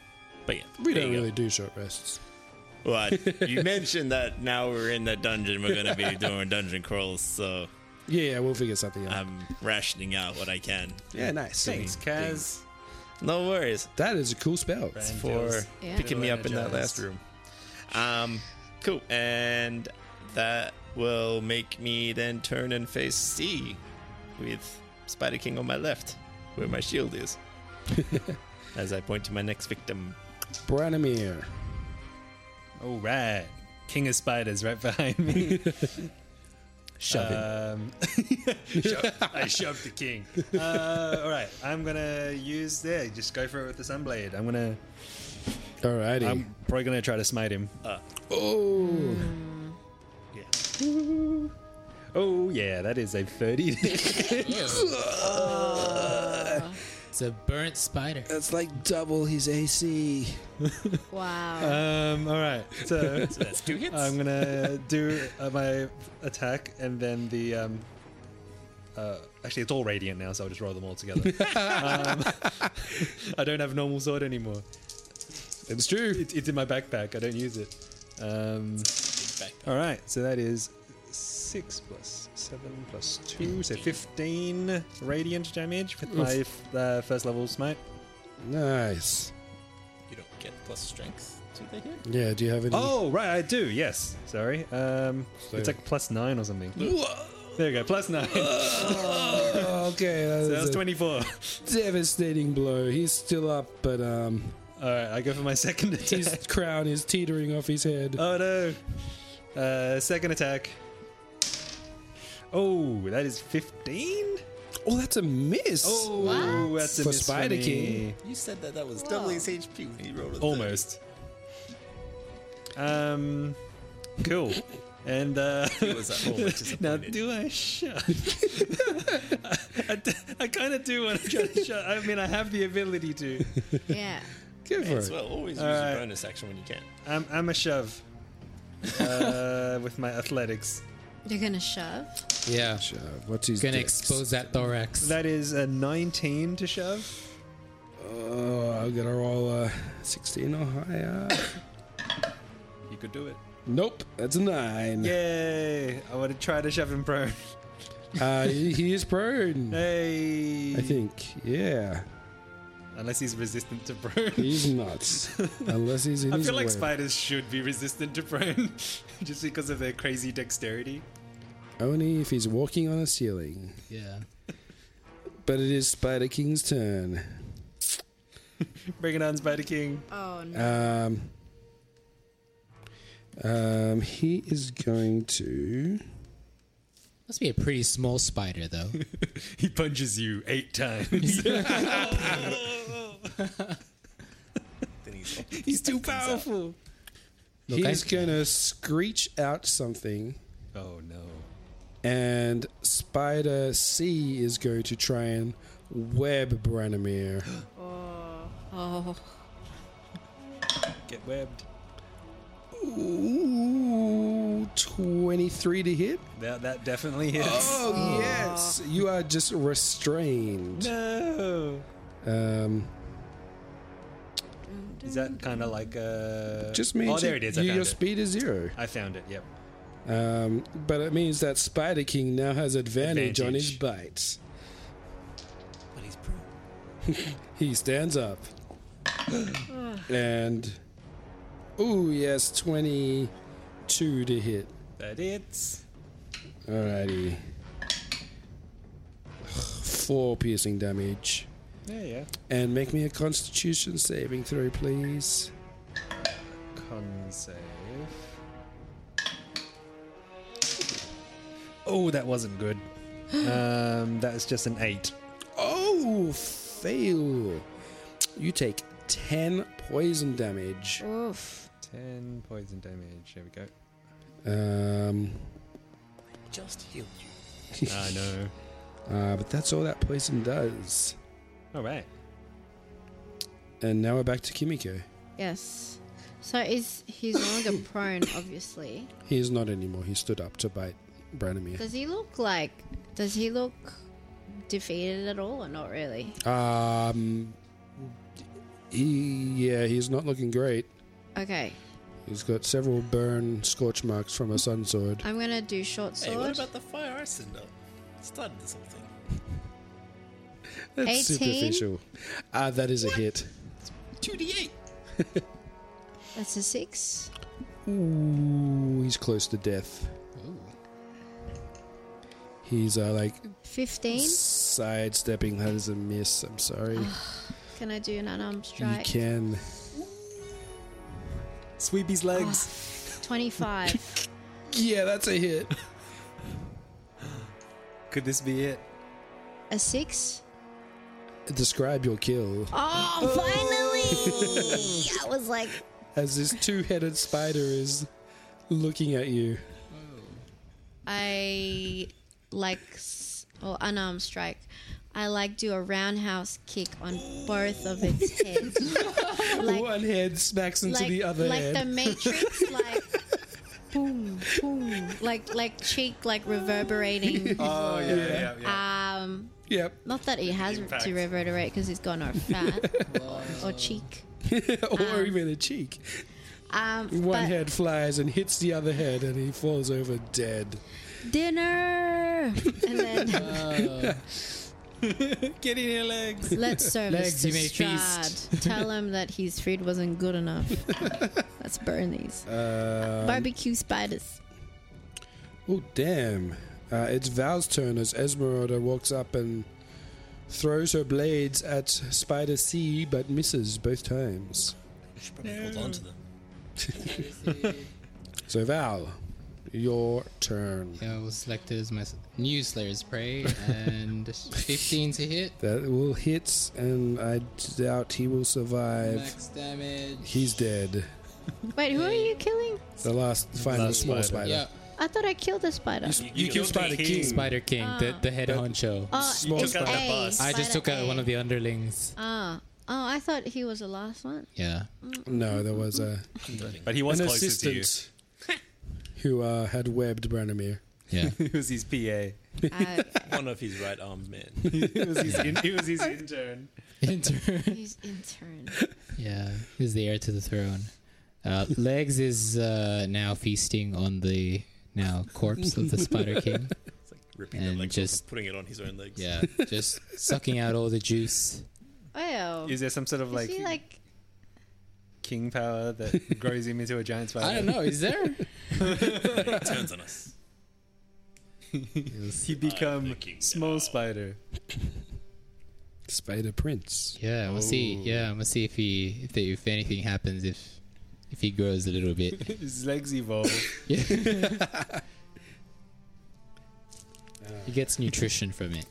But yeah, We there don't you go. really do short rests. Well, I- you mentioned that now we're in the dungeon, we're gonna be doing dungeon crawls, so Yeah, yeah, we'll figure something out. I'm rationing out what I can. Uh, yeah, nice. Thanks, Kaz. No worries. That is a cool spell. Brand for feels Yeah. picking me up in that last energized. room. Um, cool. And that will make me then turn and face C with Spider King on my left, where my shield is. As I point to my next victim. Branimir. All right. King of spiders right behind me. Shove um, sho- I shoved the king. Uh, all right, I'm gonna use there. Just go for it with the sunblade. I'm gonna. Alrighty. I'm probably gonna try to smite him. oh, yeah. Oh yeah, that is a thirty. It's a burnt spider. that's like double his AC. Wow. Uh, um. All right. So, That's two hits. I'm gonna do uh, my attack and then the. Um, uh, actually, it's all radiant now, so I'll just roll them all together. um, I don't have normal sword anymore. It's true. It, it's in my backpack. I don't use it. Um, all right, so that is six plus seven plus two, so fifteen radiant damage with my f- uh, first level smite. Nice. You don't get plus strength to the hit. Yeah, do you have any? Oh, right, I do. Yes, sorry. Um, it's E. So- like plus nine or something. There you go, plus nine. okay. That so that's was a twenty-four. devastating blow. He's still up, but um, All right, I go for my second his attack. crown is teetering off his head. oh no! Uh, second attack. Oh, that is fifteen. oh, that's a miss. Oh, that's a For miss Spider me. King. You said that that was double his HP when he rolled Almost. Um, cool. And uh, now do I shut? I, kind of do want to try to shut. I mean, I have the ability to. yeah. Good for As it. well, always use Alright. your bonus action when you can. I'm, I'm a shove uh, with my athletics. You're gonna shove. Yeah. Sure. What's his? Gonna dex? expose that thorax. That is a 19 to shove. Oh, I'm gonna roll a 16 or higher. You could do it. nope, that's a nine. Yay! I want to try to shove him prone. Uh, he he is Mm. prone. Hey! I think. Yeah. Unless he's resistant to prone. He's nuts. Unless he's in I his feel like way. spiders should be resistant to prone just because of their crazy dexterity. Only if he's walking on a ceiling. Yeah. But it is Spider King's turn. Bring it on, Spider King. Oh no. Um, um, he is going to. Must be a pretty small spider though. He punches you eight times. Then he things. up. He's too powerful. He's Look, I- going to screech out something, Oh no. and Spider C is going to try and web Branimir. Oh, Get webbed. Ooh, 23 to hit. That that definitely hits. Oh, Ah. yes. You are just restrained. No. Um, Is that kind of like a? just means Oh, there it is. I You, your found it. speed is zero. I found it. Yep. Um, but it means that Spider King now has advantage, on his Advantage. bites. But he's pro. He stands up. and. Ooh, yes, 22 to hit. That it's. Alrighty. Four piercing damage. Yeah, yeah. And make me a constitution saving throw, please. Con save. Oh, that wasn't good. um, that is just an eight. Oh, fail. You take 10 poison damage. oof. Ten poison damage. There we go. Um, Just heal you. I know. uh, but that's all that poison does. All right. And now we're back to Kimiko. Yes. So is he's no longer prone, obviously. He is not anymore. He stood up to bite Branimir. Does he look like? Does he look defeated at all, or not really? Um, he, yeah, he's not looking great. Okay, He's got several burn scorch marks from a sun sword. I'm gonna do short Hey, what sword. about the fire I sent up? Started this whole thing. That's 18? superficial. Ah, that is a hit. 2d8. That's a six. Ooh, he's close to death. He's uh, like Fifteen. sidestepping. That is a miss. I'm sorry. Can I do an unarmed you strike? can. Sweep his legs. Twenty-five. Yeah, that's a hit. Could this be it? a six. Describe your kill. Oh, finally! I was like, as this two-headed spider is looking at you. I like s- or unarmed strike. I like do a roundhouse kick on both of its heads, like One head smacks into like, the other like head. the Matrix, like boom, boom, like like cheek like reverberating. Oh, yeah, yeah, yeah. Um, yep. not that he has Impact. to reverberate because he's got no fat or cheek. or even a cheek. Um, One but head flies and hits the other head, and he falls over dead. dinner, and then Get in your legs. let's serve Legs, this you may to feast. Strahd. Tell him that his food wasn't good enough. let's burn these barbecue spiders. Oh damn! Uh, it's Val's turn as Esmeralda walks up and throws her blades at Spider C, but misses both times. Should probably hold on to them. So Val, your turn. I was selected as my s- new Slayer's Prey and 15 to hit. That will hit, and I doubt he will survive. Max damage. He's dead. Wait, who are you killing? The last final Last small spider. spider. Yeah. I thought I killed a spider. You killed Spider the King. Spider King, the, the head honcho. Oh, Small it's took out that A, boss. I just spider took out A. one of the underlings. Ah. Oh, I thought he was the last one. Yeah. No, there was a But he was an closest assistant who uh, had webbed Branimir. Yeah. to you. He was his PA. I, One of his right armed men. It was his, in, it was his intern. Intern. he's intern. Yeah. He's the heir to the throne. Uh, legs is uh, now feasting on the now corpse of the Spider King. It's like ripping And the legs just- off and putting it on his own legs. Yeah. Just sucking out all the juice. Oh, Is there some sort of is like, he like? king power that grows him into a giant spider? I don't know. Is there? He turns on us. He become the king small now. spider. Spider Prince. Yeah, we'll see. Yeah, I'm gonna see if he if they, if anything happens if if he grows a little bit. His legs evolve. Yeah. he gets nutrition from it.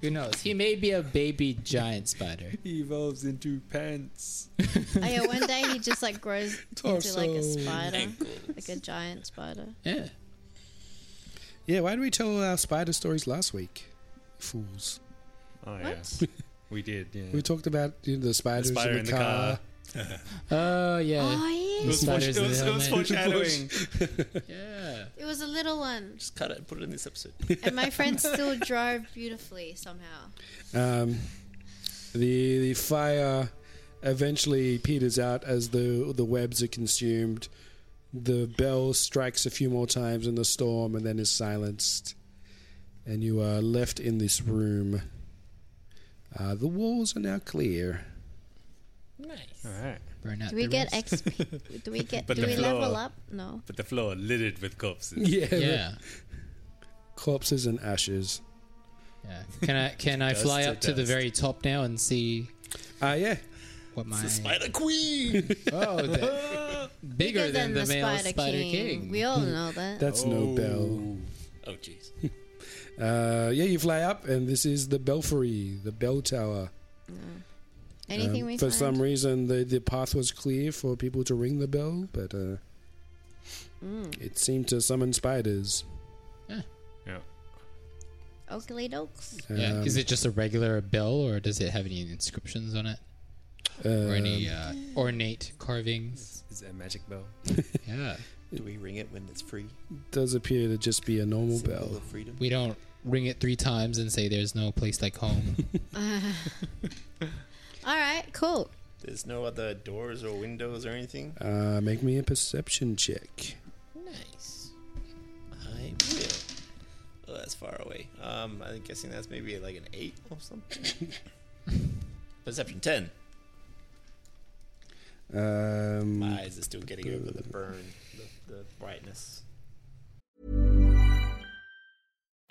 Who knows? He may be a baby giant spider. He evolves into pants. Oh, yeah, one day he just like grows into like Torso. a spider, like a giant spider. Yeah. Yeah, why did we tell all our spider stories last week? Fools. Oh What? yeah, we did. Yeah. We talked about you know, the The spiders spider in the car. Oh yeah. Oh It yeah, was, fore- Spiders it in was- the it was helmet. foreshadowing. Yeah. it was a little one, Just cut it and put it in this episode. and my friend still drove beautifully somehow. Um, the the fire eventually peters out as the the webs are consumed. The bell strikes a few more times in the storm and then is silenced, and you are left in this room. Uh, the walls are now clear. Nice. All right, Burn out Do we the get rest. XP? Do we get? But do the we level floor. up? No. but the floor littered with corpses. Yeah, Yeah. corpses and ashes. Yeah. Can I can I Dust fly to up to the dust. very top now and see Ah, yeah. what my It's the Spider Queen. oh the, bigger, than, the, male spider, king. Hmm. We all know that. That's no bell. oh jeez. Uh, yeah, you fly up, and this is the belfry, the bell tower. Anything Um, we for find. some reason the, the path was clear for people to ring the bell but uh, Mm. it seemed to summon spiders Yeah. Oakley dokes. Yeah. Um, Is it just a regular bell, or does it have any inscriptions on it, or any uh, Um, ornate carvings? Is it a magic bell? Yeah. Do we ring it when it's free? does appear to just be a normal Symbol bell of freedom. We don't ring it three times and say there's no place like home. All right, cool. There's no other doors or windows or anything. uh, make me a perception check Nice. I will. Oh, that's far away. Um, I'm guessing that's maybe like an eight or something. Perception ten. um, My eyes are still getting over the burn, the, the brightness.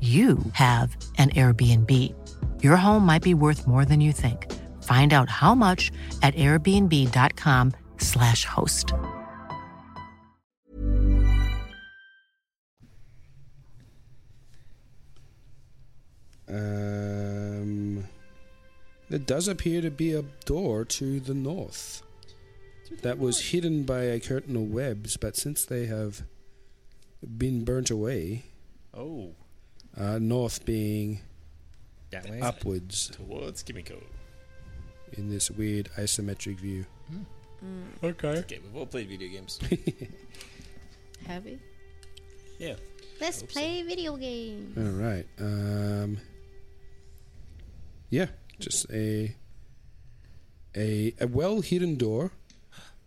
you have an Airbnb. Your home might be worth more than you think. Find out how much at airbnb.com/slash host. um, there does appear to be a door to the north that was hidden by a curtain of webs but since they have been burnt away Oh, uh, north being That way. upwards towards Kimiko. in this weird isometric view. Okay. Okay, we've all played video games. Heavy. Yeah. Let's play video game. All right. Um, yeah, just a a, a well hidden door.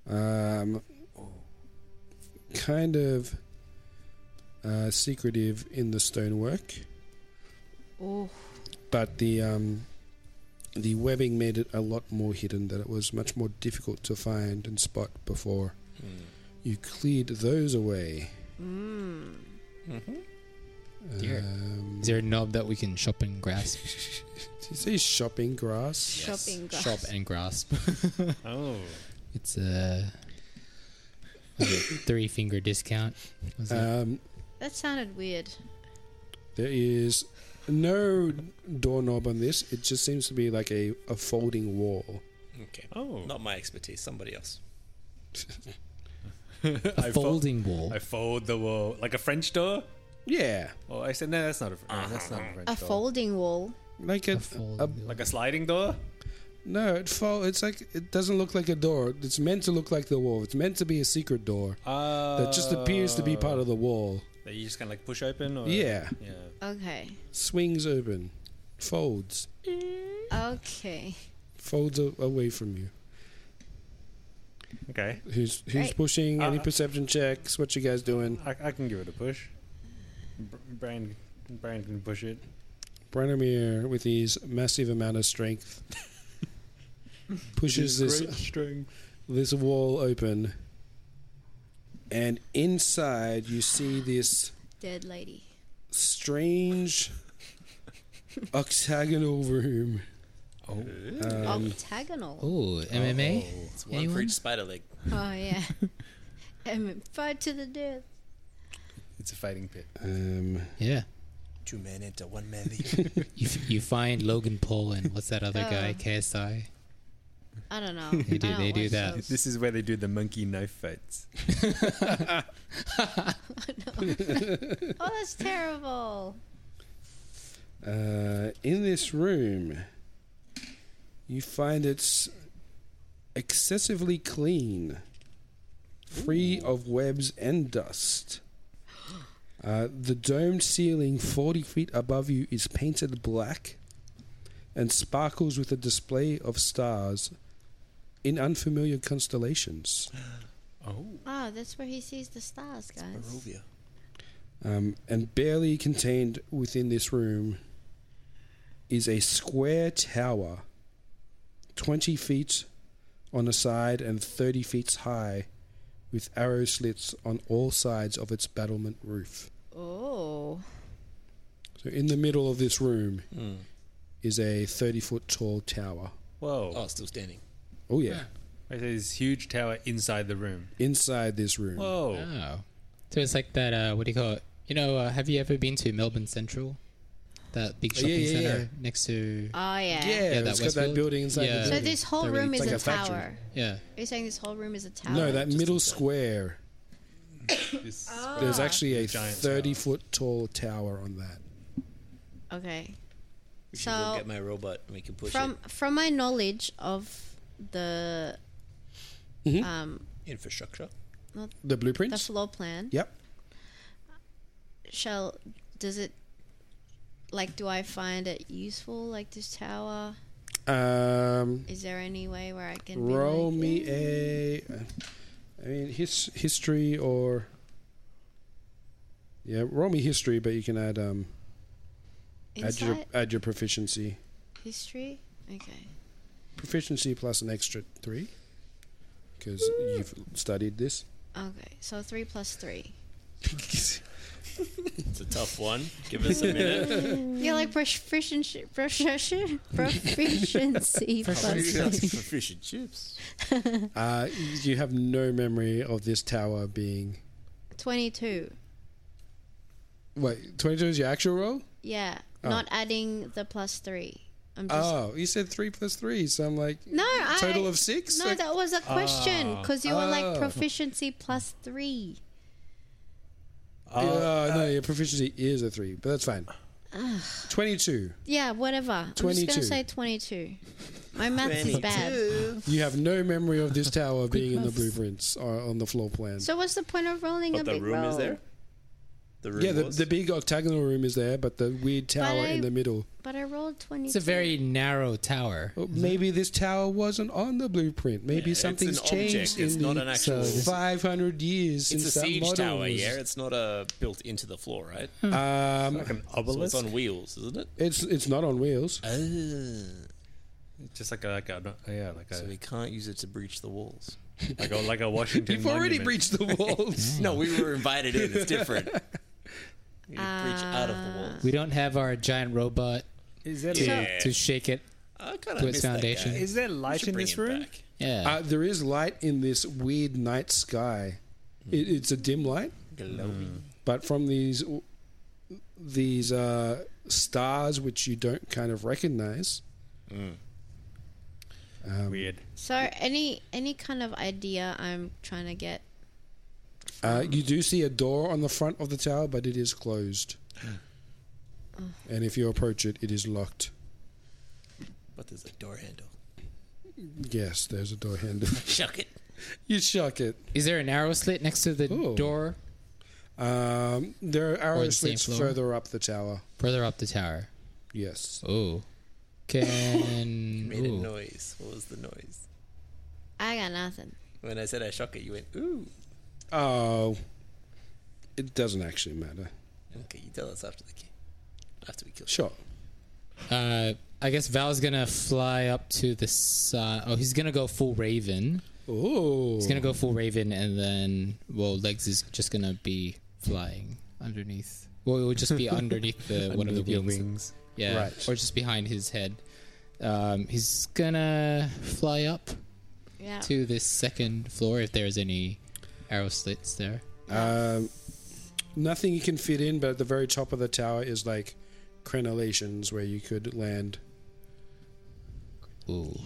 Um, kind of uh, secretive in the stonework. Oh, but the um, the webbing made it a lot more hidden. That it was much more difficult to find and spot before. You cleared those away. Mm. Dear. Um, Is there a knob that we can shop and grasp? did you say shopping grass? Shopping glass. Shop and grasp. Oh, It's a three finger discount. Was it? Um, That sounded weird. there is no doorknob on this. It just seems to be like a, a folding wall. Okay. Oh. Not my expertise. Somebody else. a folding wall. I fold the wall like a French door. Yeah, Oh, I said no. That's not a. Fr- no, that's not a French Uh-huh. A door. folding wall. like a, A a folding Like a sliding door. no. It fol- It's like it doesn't look like a door. It's meant to look like the wall. It's meant to be a secret door Uh, that just appears to be part of the wall. That you just kind of like push open. Or? Yeah, Yeah. Okay. swings open, folds, Okay. folds a- away from you. Okay. Who's who's Great. pushing? Any Uh, perception checks? What you guys doing? I, I can give it a push. Br- Brian, Brian can push it. Branimir, with his massive amount of strength, pushes this this wall open, and inside you see this Dead lady. strange octagonal room. Um, Octagonal. Ooh, MMA. It's Oh, one for Anyone? each spider leg. Oh yeah. and fight to the death. It's a fighting pit. Um, Yeah. Two men into one man. leave. You, f- you find Logan Paul and what's that other guy? Oh. KSI. I don't know. They do- I don't they do watch that. those. This is where they do the monkey knife fights. Oh, that's terrible. Uh, in this room, you find it's excessively clean, free of webs and dust. Uh, the domed ceiling 40 feet above you is painted black and sparkles with a display of stars in unfamiliar constellations. Oh, that's where he sees the stars, guys. Barovia. Um, and barely contained within this room is a square tower, 20 feet on a side and 30 feet high, with arrow slits on all sides of its battlement roof. Oh. So, in the middle of this room Hmm. is a 30 foot tall tower. Whoa. Oh, still standing. Oh, yeah. There's this huge tower inside the room. Inside this room. Whoa. Oh. So it's like that. Uh, what do you call it? You know, uh, have you ever been to Melbourne Central? That big Oh, yeah, shopping yeah, center yeah. next to. Oh yeah. Yeah, Yeah, that it's got that Westfield? building inside Yeah. the So building. this whole They're room really- is It's a, like a factory. tower. Yeah. Are you saying this whole room is a tower? no, that middle square. This- Ah. There's actually a Giant 30 tower. foot tall tower on that. Okay. We should So go get my robot and we can push from from my knowledge of the it. Infrastructure. The the blueprints? floor plan, Yep. shall does it like do I find it useful like this tower? Um, Is there any way where I can be roll like, me a. I mean, his history or. Yeah, roll me history, but you can add um add your insight? add your proficiency. history? Okay. Proficiency plus an extra three, because you've studied this. Okay. So 3 plus 3. It's a tough one. Give us a minute. Yeah, like proficiency, proficiency, proficiency plus three. for fish and chips. Uh, you have no memory of this tower being. twenty-two. Wait, twenty two is your actual roll? Yeah, not adding the plus three. I'm just Oh, you said three plus three, so I'm like no I, total of six. No, Like- that was a question because you were like Oh. proficiency plus three. Uh, Yeah, no, your proficiency is a three, but that's fine. Twenty-two. Yeah, whatever. I'm just 22. gonna say twenty-two. My maths is bad. You have no memory of this tower being in the blueprints or uh, on the floor plan. So what's the point of rolling But a the big room roll? is there. the room yeah, the, was? the big octagonal room is there, but the weird tower I- in the middle. But I rolled twenty. It's a very narrow tower. Well, Oh, maybe this tower wasn't on the blueprint. Maybe Yeah, it's an something's object, changed in it's the not an actual- 500 years It's since a that siege model tower, was- yeah. It's not a built into the floor, right? Um, Like an obelisk? So it's on wheels, isn't it? it's it's not on wheels. Eh? Just like a, like a yeah, like So we a can't use it to breach the walls. like a, like a Washington. You've already monument. breached the walls. No, we were invited in. It's different. You breach out of the walls. We don't have our giant robot Is there, Yeah. light, to shake it. Ah. I kind To of its missed that guy. foundation. is there We light should in bring this him room? back. Yeah. Uh, there is light in this weird night sky. Hmm. It, it's a dim light, Hmm. Glowing. but from these these uh, stars which you don't kind of recognize. Weird. So any any kind of idea I'm trying to get. Uh, you do see a door on the front of the tower, but it is closed. and if you approach it, it is locked. But there's a door handle. Yes, there's a door handle. Chuck it. you shock it. Is there an arrow slit next to the Ooh. door Um, there are arrow the same slits floor? further up the tower. further up the tower? Yes. Oh. Can. Made a ooh. noise. What was the noise? I got nothing. When I said I shock it, you went, ooh. Oh, it doesn't actually matter. Okay, you tell us after the game. After we kill Sure. Uh, I guess Val's gonna fly up to the sun. Oh, he's gonna go full Raven. Oh, He's gonna go full Raven, and then well, Legs is just gonna be flying underneath. Well, it would just be underneath the one of the Under the wings. wings. yeah, Right. or just behind his head. Um, he's gonna fly up Yeah. to this second floor if there's any arrow slits there. Um, nothing you can fit in, but at the very top of the tower is like crenellations where you could land. Ooh.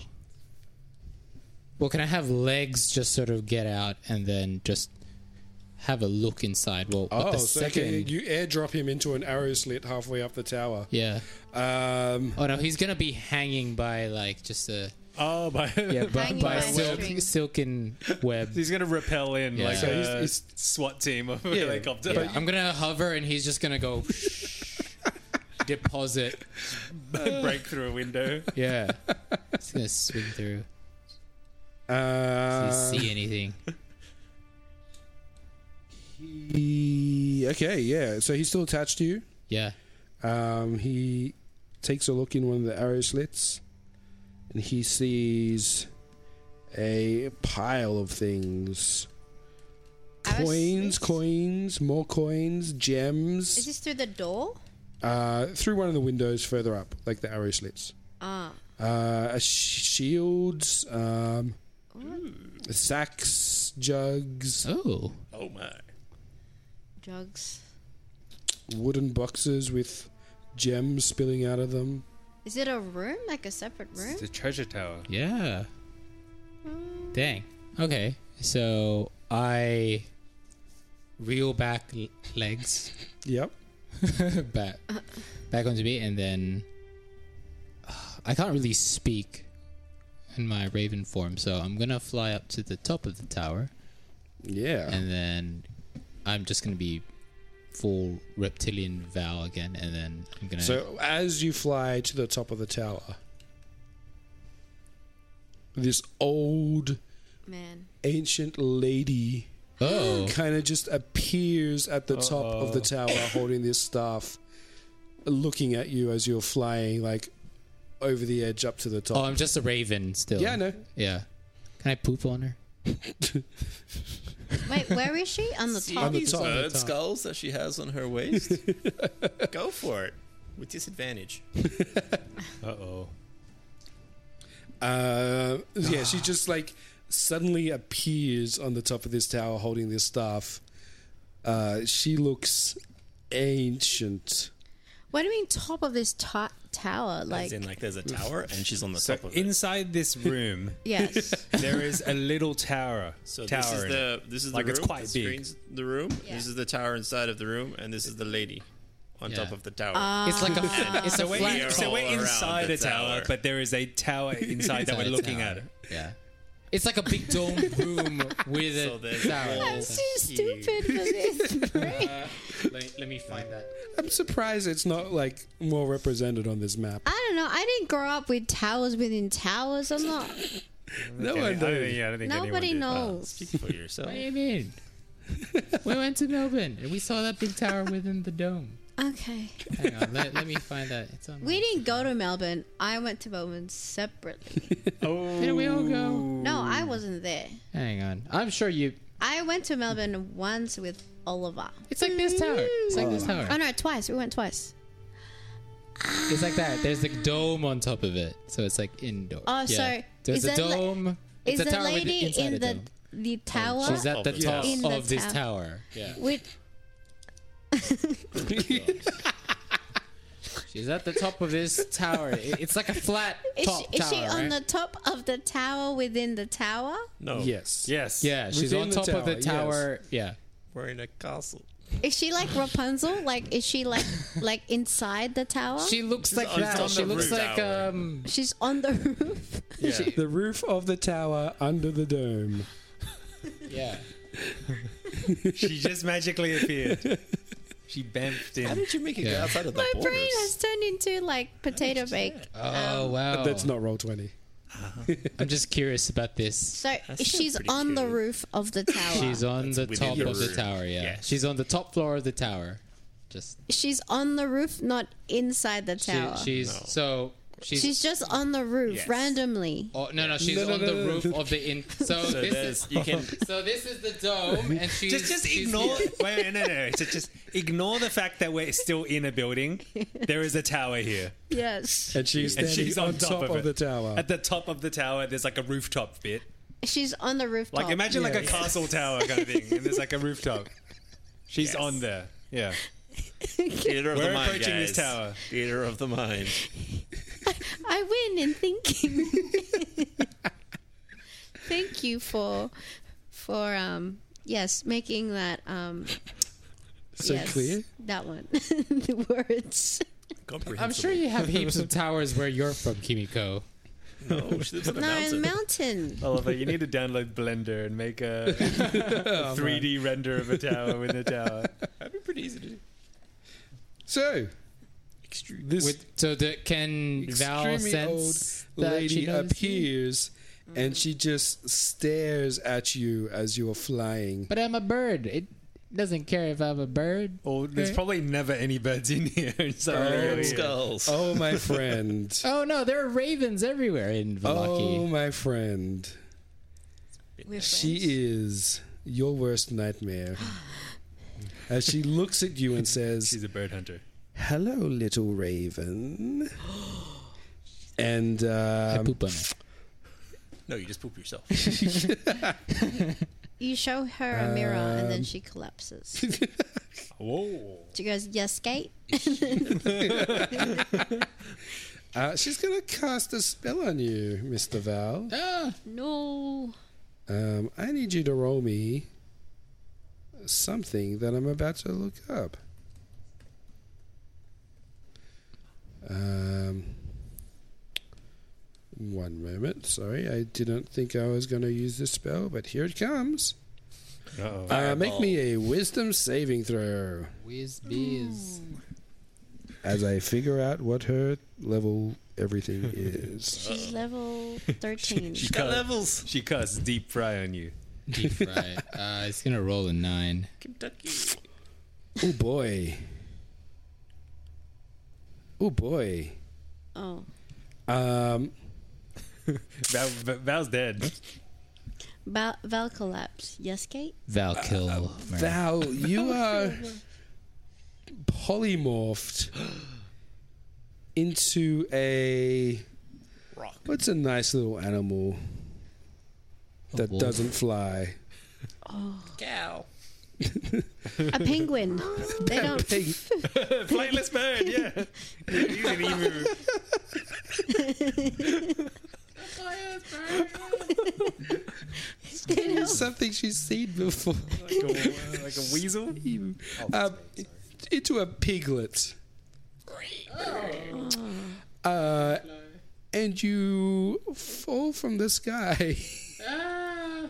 Well, can I have legs just sort of get out and then just have a look inside? Well, but Oh, the so second, okay, you airdrop him into an arrow slit halfway up the tower. yeah. Um, Oh no, he's gonna be hanging by like just a Oh, by yeah, by, Hanging by by a silk, string. silken web. he's gonna repel in Yeah. like So he's- a he's- SWAT team of a Yeah, helicopter. Yeah, I'm gonna hover and he's just gonna go deposit. break through a window. Yeah, he's gonna swing through. uh, Do you see anything? he- okay, yeah. So he's still attached to you. Yeah. Um, he takes a look in one of the arrow slits, and he sees a pile of things. Arrow Coins, slits? coins, more coins, gems. Is this through the door? uh, through one of the windows further up, like the arrow slits. Ah. Uh, a sh- shields, um, Mm. sacks, jugs, Oh, Oh my. Drugs. wooden boxes with gems spilling out of them. Is it a room? Like a separate room? It's a treasure tower. yeah. Dang. Okay, so I reel back l- legs Yep. back back onto me, and then uh, I can't really speak in my raven form, so I'm gonna fly up to the top of the tower. Yeah. and then I'm just gonna be full reptilian vow again, and then I'm gonna. So as you fly to the top of the tower, this old Man. ancient lady oh, kind of just appears at the top of the tower holding this staff, looking at you as you're flying like over the edge up to the top. oh, I'm just a raven still. yeah, no. Yeah. Can I poop on her? Wait, where is she? On the top. the These top. bird skulls that she has on her waist. Go for it. With disadvantage. Uh oh. Uh, yeah, she just like suddenly appears on the top of this tower holding this staff. Uh, she looks ancient. What do you mean top of this to- tower? Like As in, like, there's a tower and she's on the So top of it. inside this room, yes. there is a little tower. So tower this is in the it. this is the like room. it's quite the big. screen's the room. Yeah. This is the tower inside of the room, and this is the lady on Yeah. top of the tower. Uh, it's like a. It's a we're flat. here. So all we're around inside the a tower, tower. but there is a tower inside that we're Inside looking tower. at. Yeah. It's like a big dome room with So a there's tower. walls. I'm too stupid for this. Let, me find that. I'm surprised it's not like more represented on this map. I don't know. I didn't grow up with towers within towers. I'm not. No Okay, one I don't- knows. yeah, I don't think anyone Nobody uh, did. Ah. knows. for yourself. What do you mean? we went to Melbourne and we saw that big tower within the dome. Okay. Hang on, let, let me find that. It's on. We didn't go to Melbourne. I went to Melbourne separately. Oh, Did we all go? No, I wasn't there. Hang on. I'm sure you. I went to Melbourne once with Oliver. It's like this tower. It's like this tower. Oh no, twice. We went twice. It's like that. There's a dome on top of it, so it's like indoor. Oh, yeah. so There's is a that la- dome. Is it's a the tower with- lady inside a in the dome. the tower? She's at the Of the top tower. In the of this tower. tower. Yeah. with She's at the top of this tower. It- It's like a flat is, top she, is tower. she on right? the top of the tower within the tower? No. Yes. Yes. Yeah, she's Within on the top of the tower, tower. Yeah. We're in a castle. Is she like Rapunzel? Like is she like like inside the tower? She looks like on- that. on She the looks roof like tower. um. She's on the roof. The roof of the tower under the dome. Yeah. She just magically appeared. She bamfed How in. did you make it Yeah. go outside of the My borders? brain has turned into like potato bake. Oh Um, wow. That's not roll twenty. I'm just curious about this. So That's she's pretty on the cool. roof of the tower. She's on the Ah, within top the of the room. tower. Yeah. Yeah. She's on the top floor of the tower. Just She's on the roof, not inside the she, tower. she's so she's. she's just on the roof Yes. randomly. Oh no no! She's no, on no, the no, no. roof of the in. So, So this there's- is you can so this is the dome, and she's Just, just she's- ignore. Wait, wait, no, no, no. Just, just ignore the fact that we're still in a building. There is a tower here, Yes. And she's and standing she's on, on, top, of, it. the tower. At the top of the tower, there's like a rooftop bit. She's on the rooftop. Like imagine like a Yes. castle tower kind of thing, and there's like a rooftop. She's on there. Yeah. Theater of We're the mind, approaching guys. this tower. Theater of the mind. I win in thinking. Thank you for for um yes, making that um so yes, clear. That one. the words. I'm sure you have heaps of towers where you're from, Kimiko. No, she lives on a No, mountain. mountain. Oliver, you need to download Blender and make a, a 3D render of a tower within a tower. That'd be pretty easy to do. So Extreme. this With, so the, can Val extremely sense old that she lady knows you? appears, and she just stares at you as you are flying. But I'm a bird. It doesn't care if I'm a bird. Or there's probably never any birds in here. It's like really Oh. weird. Skulls. Oh my friend! Oh no, there are ravens everywhere in oh Valaki. my friend! We're friends. She is your worst nightmare. As she looks at you and says, She's a bird hunter. "Hello, little raven," and I um, poop on it. No, you just poop yourself. You show her a mirror and Um, then she collapses. Whoa. She goes, Yes, Kate. uh, she's gonna cast a spell on you, Mister Val. No. Um, I need you to roll me something that I'm about to look up. Um, one moment. Sorry, I didn't think I was going to use this spell, but here it comes. Uh-oh. Uh, make me a wisdom saving throw Whiz biz. Hmm. as I figure out what her level everything is. She's level thirteen. Uh. She Got cussed- levels. She cussed deep fry on you. Deep fry. Uh, it's gonna roll a nine. Kentucky. oh boy. Oh boy. oh. Um, Val, Val- Val's dead. Val, Val collapse. Yes, Kate? Val Uh, kill. Mary. Val, you are polymorphed into a Rock. what's a nice little animal that wolf. doesn't fly? Cow. A penguin. Oh. They don't Pig. Flightless bird, yeah. He's an emu. Something she's seen before. Like a, like a weasel. Um, into a piglet. Oh. Uh, and you fall from the sky. and Ah.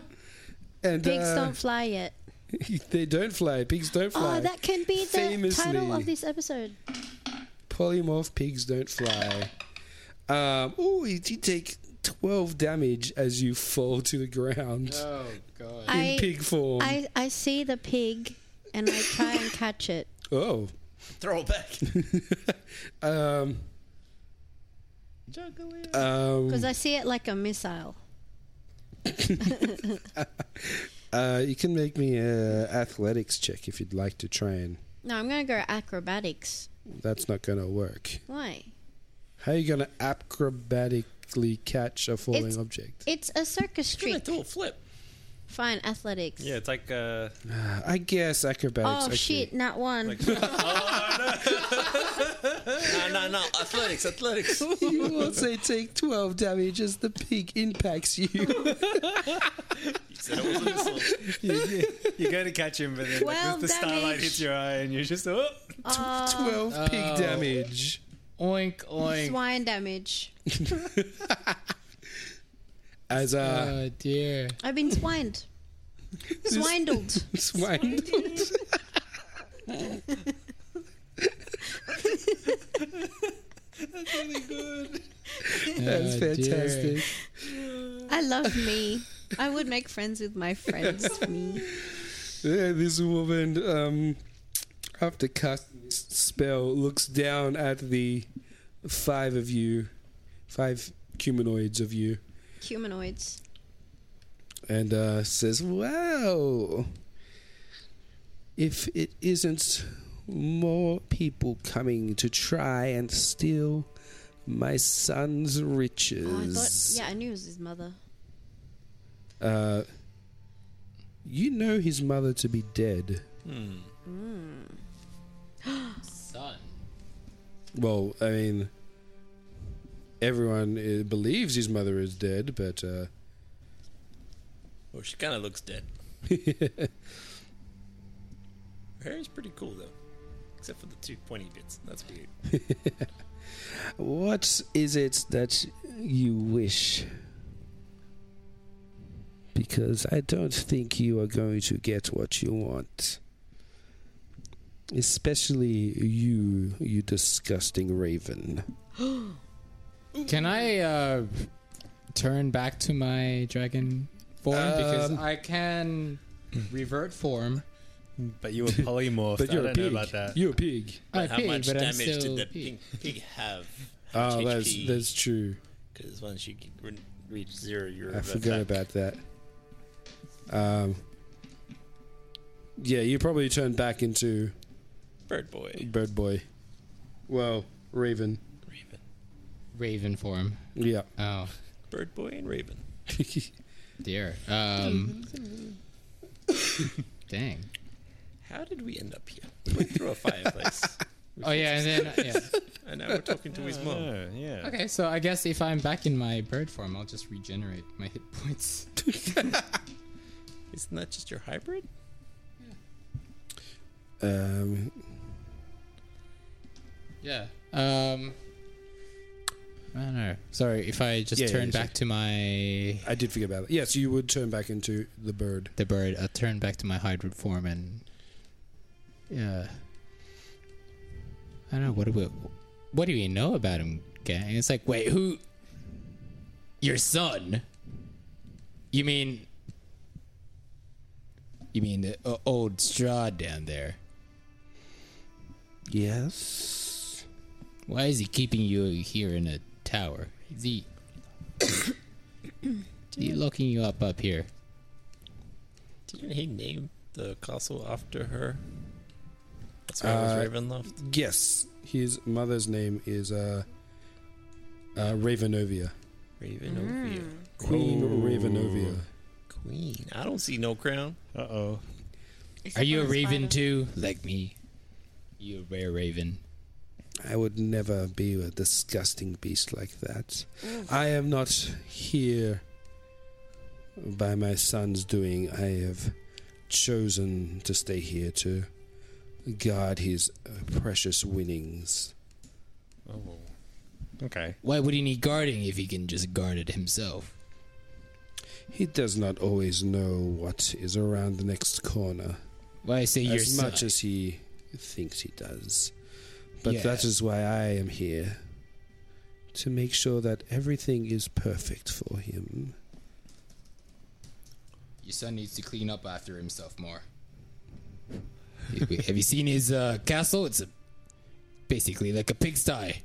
pigs uh, don't fly yet. they don't fly. Pigs don't fly. Oh, that can be the title Famously. of this episode. Polymorph pigs don't fly. Um, oh, you, you take 12 damage as you fall to the ground Oh god. in pig form. I, I see the pig and I try and catch it. oh. Throw it back. Um, um, Because I see it like a missile. uh, you can make me a athletics check if you'd like to try and. No, I'm going to go acrobatics. That's not going to work. Why? How are you going to acrobatically catch a falling It's- object? It's a circus Give me a trick. tool flip. Fine, athletics. Yeah, it's like uh, Uh, I guess acrobatics. Oh okay. shit, not one. No, no, no. Athletics, athletics. you also take 12 damage as the pig impacts you. you, you go to catch him, but then like, Twelve the starlight damage. hits your eye, and you're just oh. 12 pig damage. Oink oink. Swine damage. As a Oh dear. I've been swined. Swindled. swine. That's Oh, dear. fantastic. I love me. I would make friends with my friends. Me. Yeah, this woman, um, after casting this spell, looks down at the five of you, five humanoids of you, Humanoids. and uh, says, Wow, if it isn't more people coming to try and steal my son's Oh, I thought. riches. Yeah, I knew it was his mother. Uh, you know his mother to be dead. Son. Well, I mean, everyone uh, believes his mother is dead, but uh, Well, she kind of looks dead. Her hair is pretty cool though, except for the two pointy bits. That's weird. what is it that you wish? Because I don't think you are going to get what you want. Especially you, you disgusting raven. Can I uh, turn back to my dragon form because Um, I can revert form? But you were polymorph. But you're I don't a pig. know about that. You're a pig. I How pig, much but I'm damage still did the pig. pig, pig have? Oh, that's that's true. Because once you get- re- reach zero, you're I forgot about that. Um, yeah, you probably turned back into Bird boy. Bird Boy. Well, Raven. Raven. raven form. Yeah. Oh Bird boy and Raven. dear. Um, dang. How did we end up here? We went through a fireplace, Oh yeah, and then yeah. and now we're talking to his mom. Oh, yeah. Okay, so I guess if I'm back in my bird form, I'll just regenerate my hit points. Isn't that just your hybrid? Um, Yeah. Um. I don't know. Sorry, if I just Yeah, yeah, turn it's back okay. to my I did forget about that. Yes, you would turn back into the bird. the bird, I turn back to my hybrid form and yeah. I don't know what do we, what do we know about him, gang? It's like, wait, who? Your son? You mean? You mean the uh, old straw down there? Yes. Why is he keeping you here in a tower? Is he? is he locking you up up here? Didn't he name the castle after her? That's why it Uh, was Ravenloft. Yes. His mother's name is uh, uh, Ravenovia. Ravenovia. Queen Ravenovia. Queen. I don't see no crown. Uh oh. Are you a raven too, like me? You a rare raven? I would never be a disgusting beast like that. I am not here by my son's doing. I have chosen to stay here to guard his uh, precious winnings. Okay. Why would he need guarding if he can just guard it himself? He does not always know what is around the next corner. Well, I say as your much son. as he thinks he does. But Yeah. that is why I am here to make sure that everything is perfect for him. Your son needs to clean up after himself more. Have you seen his uh, castle? It's a, basically like a pigsty.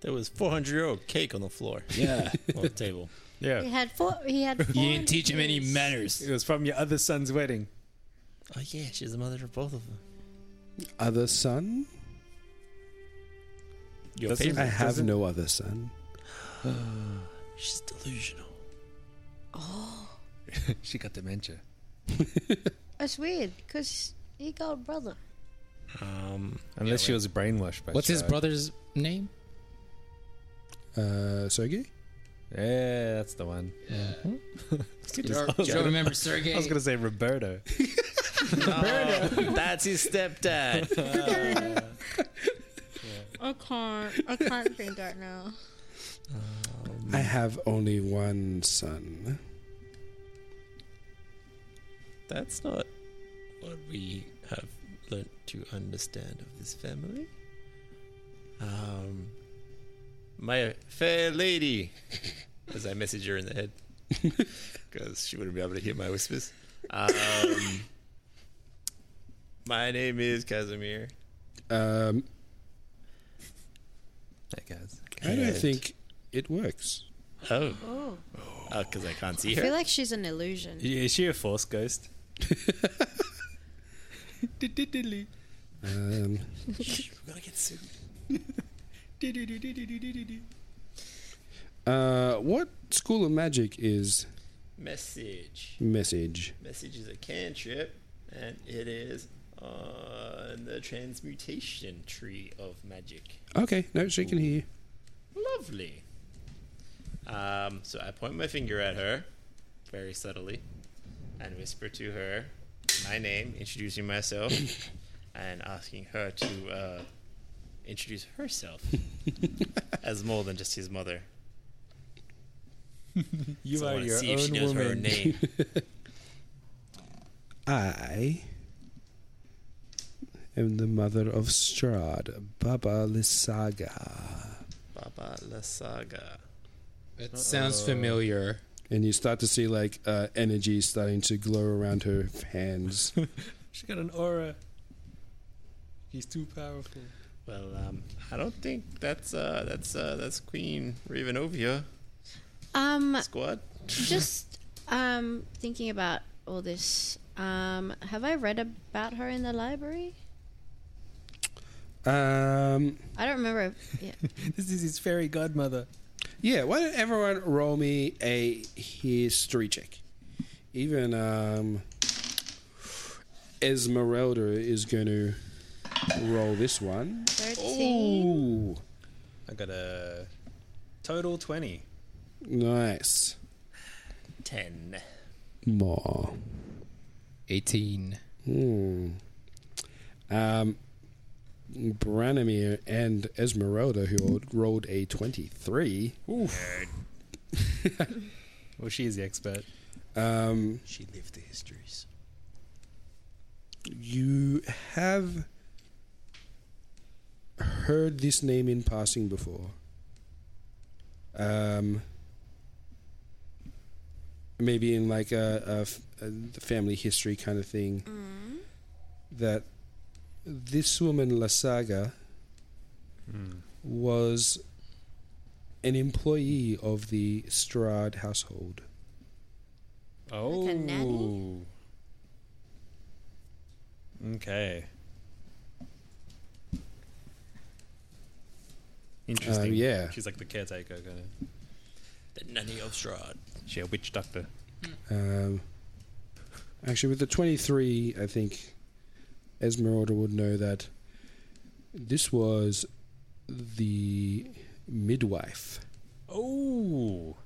There was 400 year old cake on the floor. Yeah. on the table. He Yeah. had four. He had. Four You didn't teach him any manners. It was from your other son's wedding. Oh, yeah, she's the mother of both of them. Other son? Your Doesn't- favorite. I have doesn't- no other son. She's delusional. She got dementia. That's weird because he got a brother. Um, Unless she was brainwashed by What's his Shai. brother's name? Uh, Sergey? Yeah, that's the one. Joe, Joe remembers Sergey. I was going to say Roberto. oh, that's his stepdad. I can't. I can't think right now. I have only one son. that's not what we have learnt to understand of this family. Um, my fair lady, as I message her in the head, because she wouldn't be able to hear my whispers. Um, my name is Casimir. Um, Hi, guys. I don't think it works. Oh, Oh, because Uh, I can't see I her. feel like she's an illusion. Yeah, is she a force ghost? Um, We're gonna get sued. uh, what school of magic is Message. message? Message is a cantrip, and it is on the transmutation tree of magic. Okay, no, she can hear you. Lovely. Um, so I point my finger at her, very subtly, and whisper to her my name, introducing myself, and asking her to uh, introduce herself as more than just his mother. You So I are wanna your see own if she knows woman. her own name. I am the mother of Strahd, Baba Lissaga. Baba La Saga. That sounds familiar. And you start to see like uh, energy starting to glow around her hands. She got an aura. He's too powerful. Well, um, I don't think that's uh, that's uh, that's Queen Ravenovia Um, squad. just um thinking about all this. Um, have I read about her in the library? um, I don't remember. If, yeah. This is his fairy godmother. yeah, why don't everyone roll me a history check? Even um, Esmeralda is going to roll this one. 13. Oh. Ooh, I got a total 20. nice. Ten. More. 18. Hmm. Um, Branimir and Esmeralda, who rolled a 23, Well, she is the expert. um, She lived the histories. you have heard this name in passing before. Um, maybe in like a, a f- a family history kind of thing. That this woman, Lasaga, was an employee of the Strad household. Oh. Like a nanny? Okay. Um, Interesting. Um, yeah. She's like the caretaker, kind of. The nanny of Strahd. She a witch doctor. Um, actually, with the 23, I think Esmeralda would know that this was the midwife. Oh.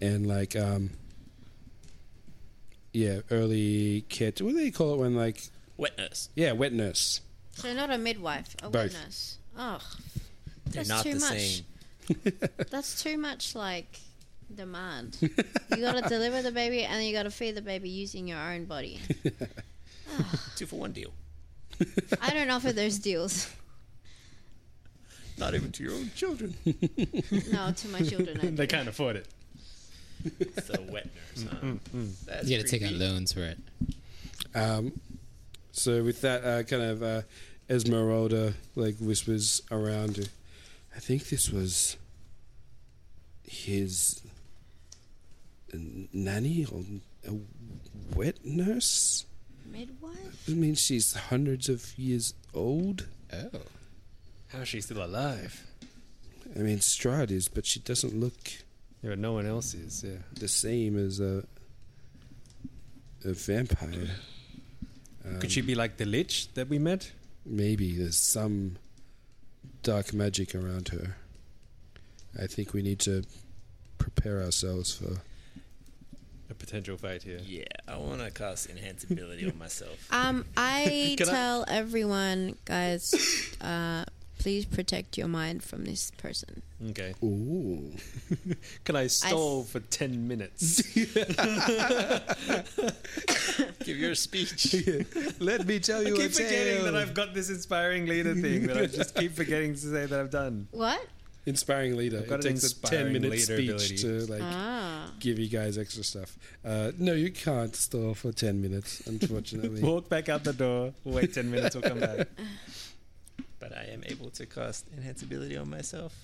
And, like, um, yeah, early kit. What do they call it when, like, Wet nurse. yeah, wet nurse. So not a midwife, a Both. witness. Oh, They're That's not too the much. same. that's too much like demand. you gotta deliver the baby and then you gotta feed the baby using your own body. Two for one deal. I don't offer those deals. Not even to your own children. No, to my children. I they do. can't afford it. It's the wet nurse. Huh? That's You got to take out creepy. loans for it. Um, so with that uh, kind of uh, Esmeralda like whispers around, I think this was his n- nanny or a wet nurse. Midwife? I mean, she's hundreds of years old. Oh. How's she still alive? I mean, Strahd is, but she doesn't look Yeah, but no one else is. Yeah. the same as a a vampire. Could she be like the lich that we met? Maybe there's some dark magic around her. I think we need to prepare ourselves for. A potential fight here. Yeah, I want to cast enhance ability on myself. Um, I Can I- tell everyone, guys, uh, please protect your mind from this person. Okay. Ooh. Can I stall for ten minutes? Give your speech. Let me tell you keep forgetting that I've got this inspiring leader thing that I just keep forgetting to say that I've done. What? Inspiring leader. got It an takes a ten inspiring minute leader speech ability. to like Ah. give you guys extra stuff. Uh, no, you can't stall for ten minutes, unfortunately. Walk back out the door. Wait ten minutes. We'll come back. But I am able to cast enhance ability on myself.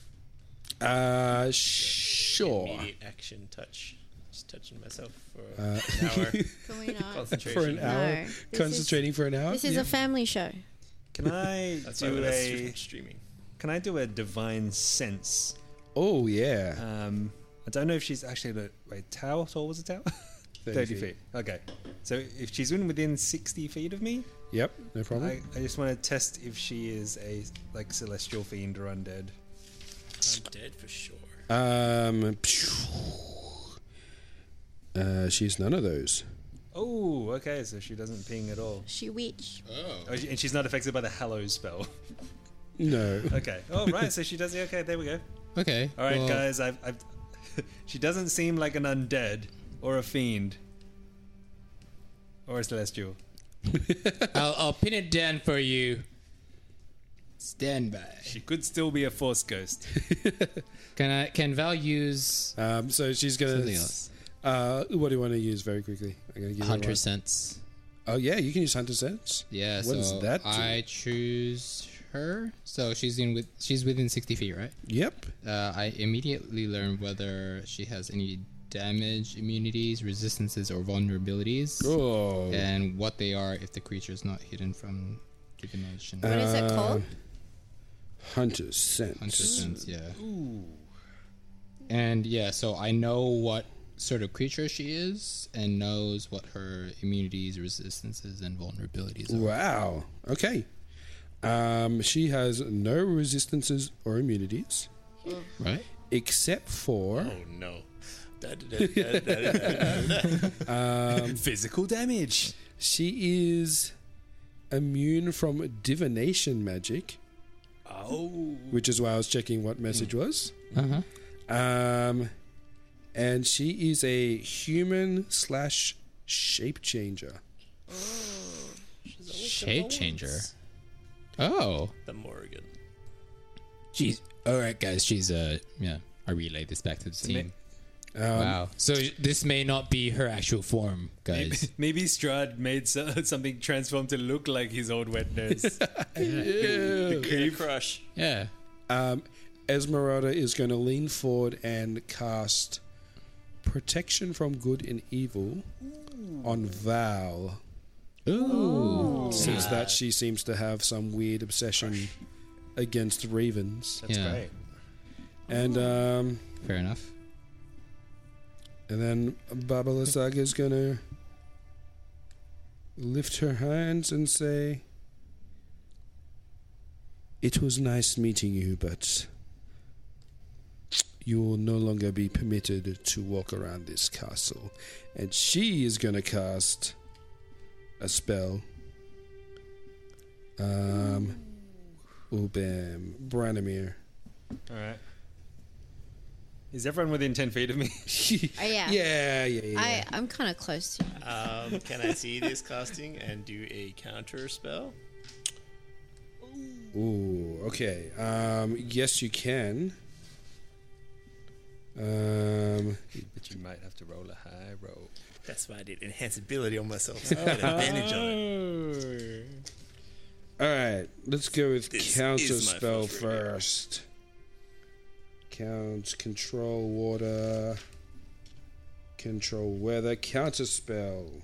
uh, sure. Immediate action touch. Just touching myself for an hour. Can we not? Concentration. For an hour, No, this is- concentrating for an hour. This is Yeah. a family show. Can I That's why do when I a? was streaming. Can I do a divine sense? oh yeah. Um, I don't know if she's actually the wait. Tower? How tall was the tower? 30 Thirty, feet. feet. Okay. So if she's in within sixty feet of me, Yep. No problem. I, I just want to test if she is a like celestial fiend or undead. I'm dead for sure. Um, phew. uh, she's none of those. Oh, okay. So she doesn't ping at all, She witch. oh, she- and she's not affected by the hallow spell. No. Okay. Oh, right. So she does. yeah, Okay. There we go. Okay. All right, well, guys. I've, I've. she doesn't seem like an undead or a fiend or a celestial. I'll, I'll pin it down for you. Stand by. She could still be a force ghost. Can I? Can Val use Um, so she's gonna. something else? Uh, what do you want to use very quickly? I'm gonna give you Hunter one. sense. Oh yeah, you can use hunter sense. Yeah. What so does that? Do? I choose her. So she's in with. She's within sixty feet, right? Yep. Uh, I immediately learn whether she has any damage, immunities, resistances, or vulnerabilities, Oh. and what they are if the creature is not hidden from the dimension. Uh, What is it called? Hunter sense. Hunter sense, yeah. And yeah, so I know what sort of creature she is and knows what her immunities, resistances, and vulnerabilities are. Wow. Okay. Um, she has no resistances or immunities Right? except for Oh no. Da- da- da- da- da- da- da- da. Um, Physical damage. she is immune from divination magic. Oh. which is why I was checking what message was. Uh huh. Um, and she is a human slash shape changer. Shape changer. Oh. The Morrigan. She's. Alright, guys, she's Uh, yeah. I relay this back to the team. wow. So this may not be her actual form, guys. Maybe Strahd made so, something transformed to look like his old wet nurse. The creep crush. yeah. Um, Esmeralda is going to lean forward and cast protection from good and evil on Val, Ooh. since that she seems to have some weird obsession against ravens. That's Yeah. great. And um, Fair enough. And then Babalasaga is gonna lift her hands and say, "It was nice meeting you, but you will no longer be permitted to walk around this castle." And she is gonna cast a spell. Um, Ubam Branimir. All right. Is everyone within 10 feet of me? Oh, yeah. Yeah, yeah, yeah. I, I'm kind of close to you. Um, can I see this casting and do a counter spell? Ooh, okay. Um, yes, you can. Um, but you might have to roll a high roll. That's why I did enhance ability on myself. So I got advantage on it. all right, let's go with Hmm. This is counter my spell first rodeo. first. Count control water, control weather, counter spell.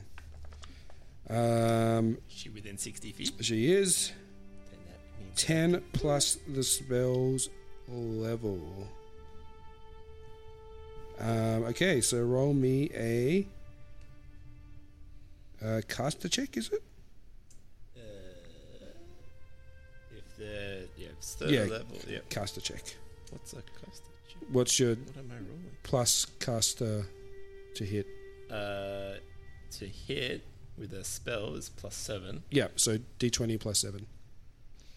Um, She within 60 feet. she is Then that means 10 plus the spell's level. Um, okay, so roll me a uh, caster check, is it? if the yeah, it's third Yeah. level. Yeah. Caster check. What's a cost? What's your What am I rolling? plus caster to hit? Uh, to hit with a spell is plus seven. Yeah, so d20 plus 7.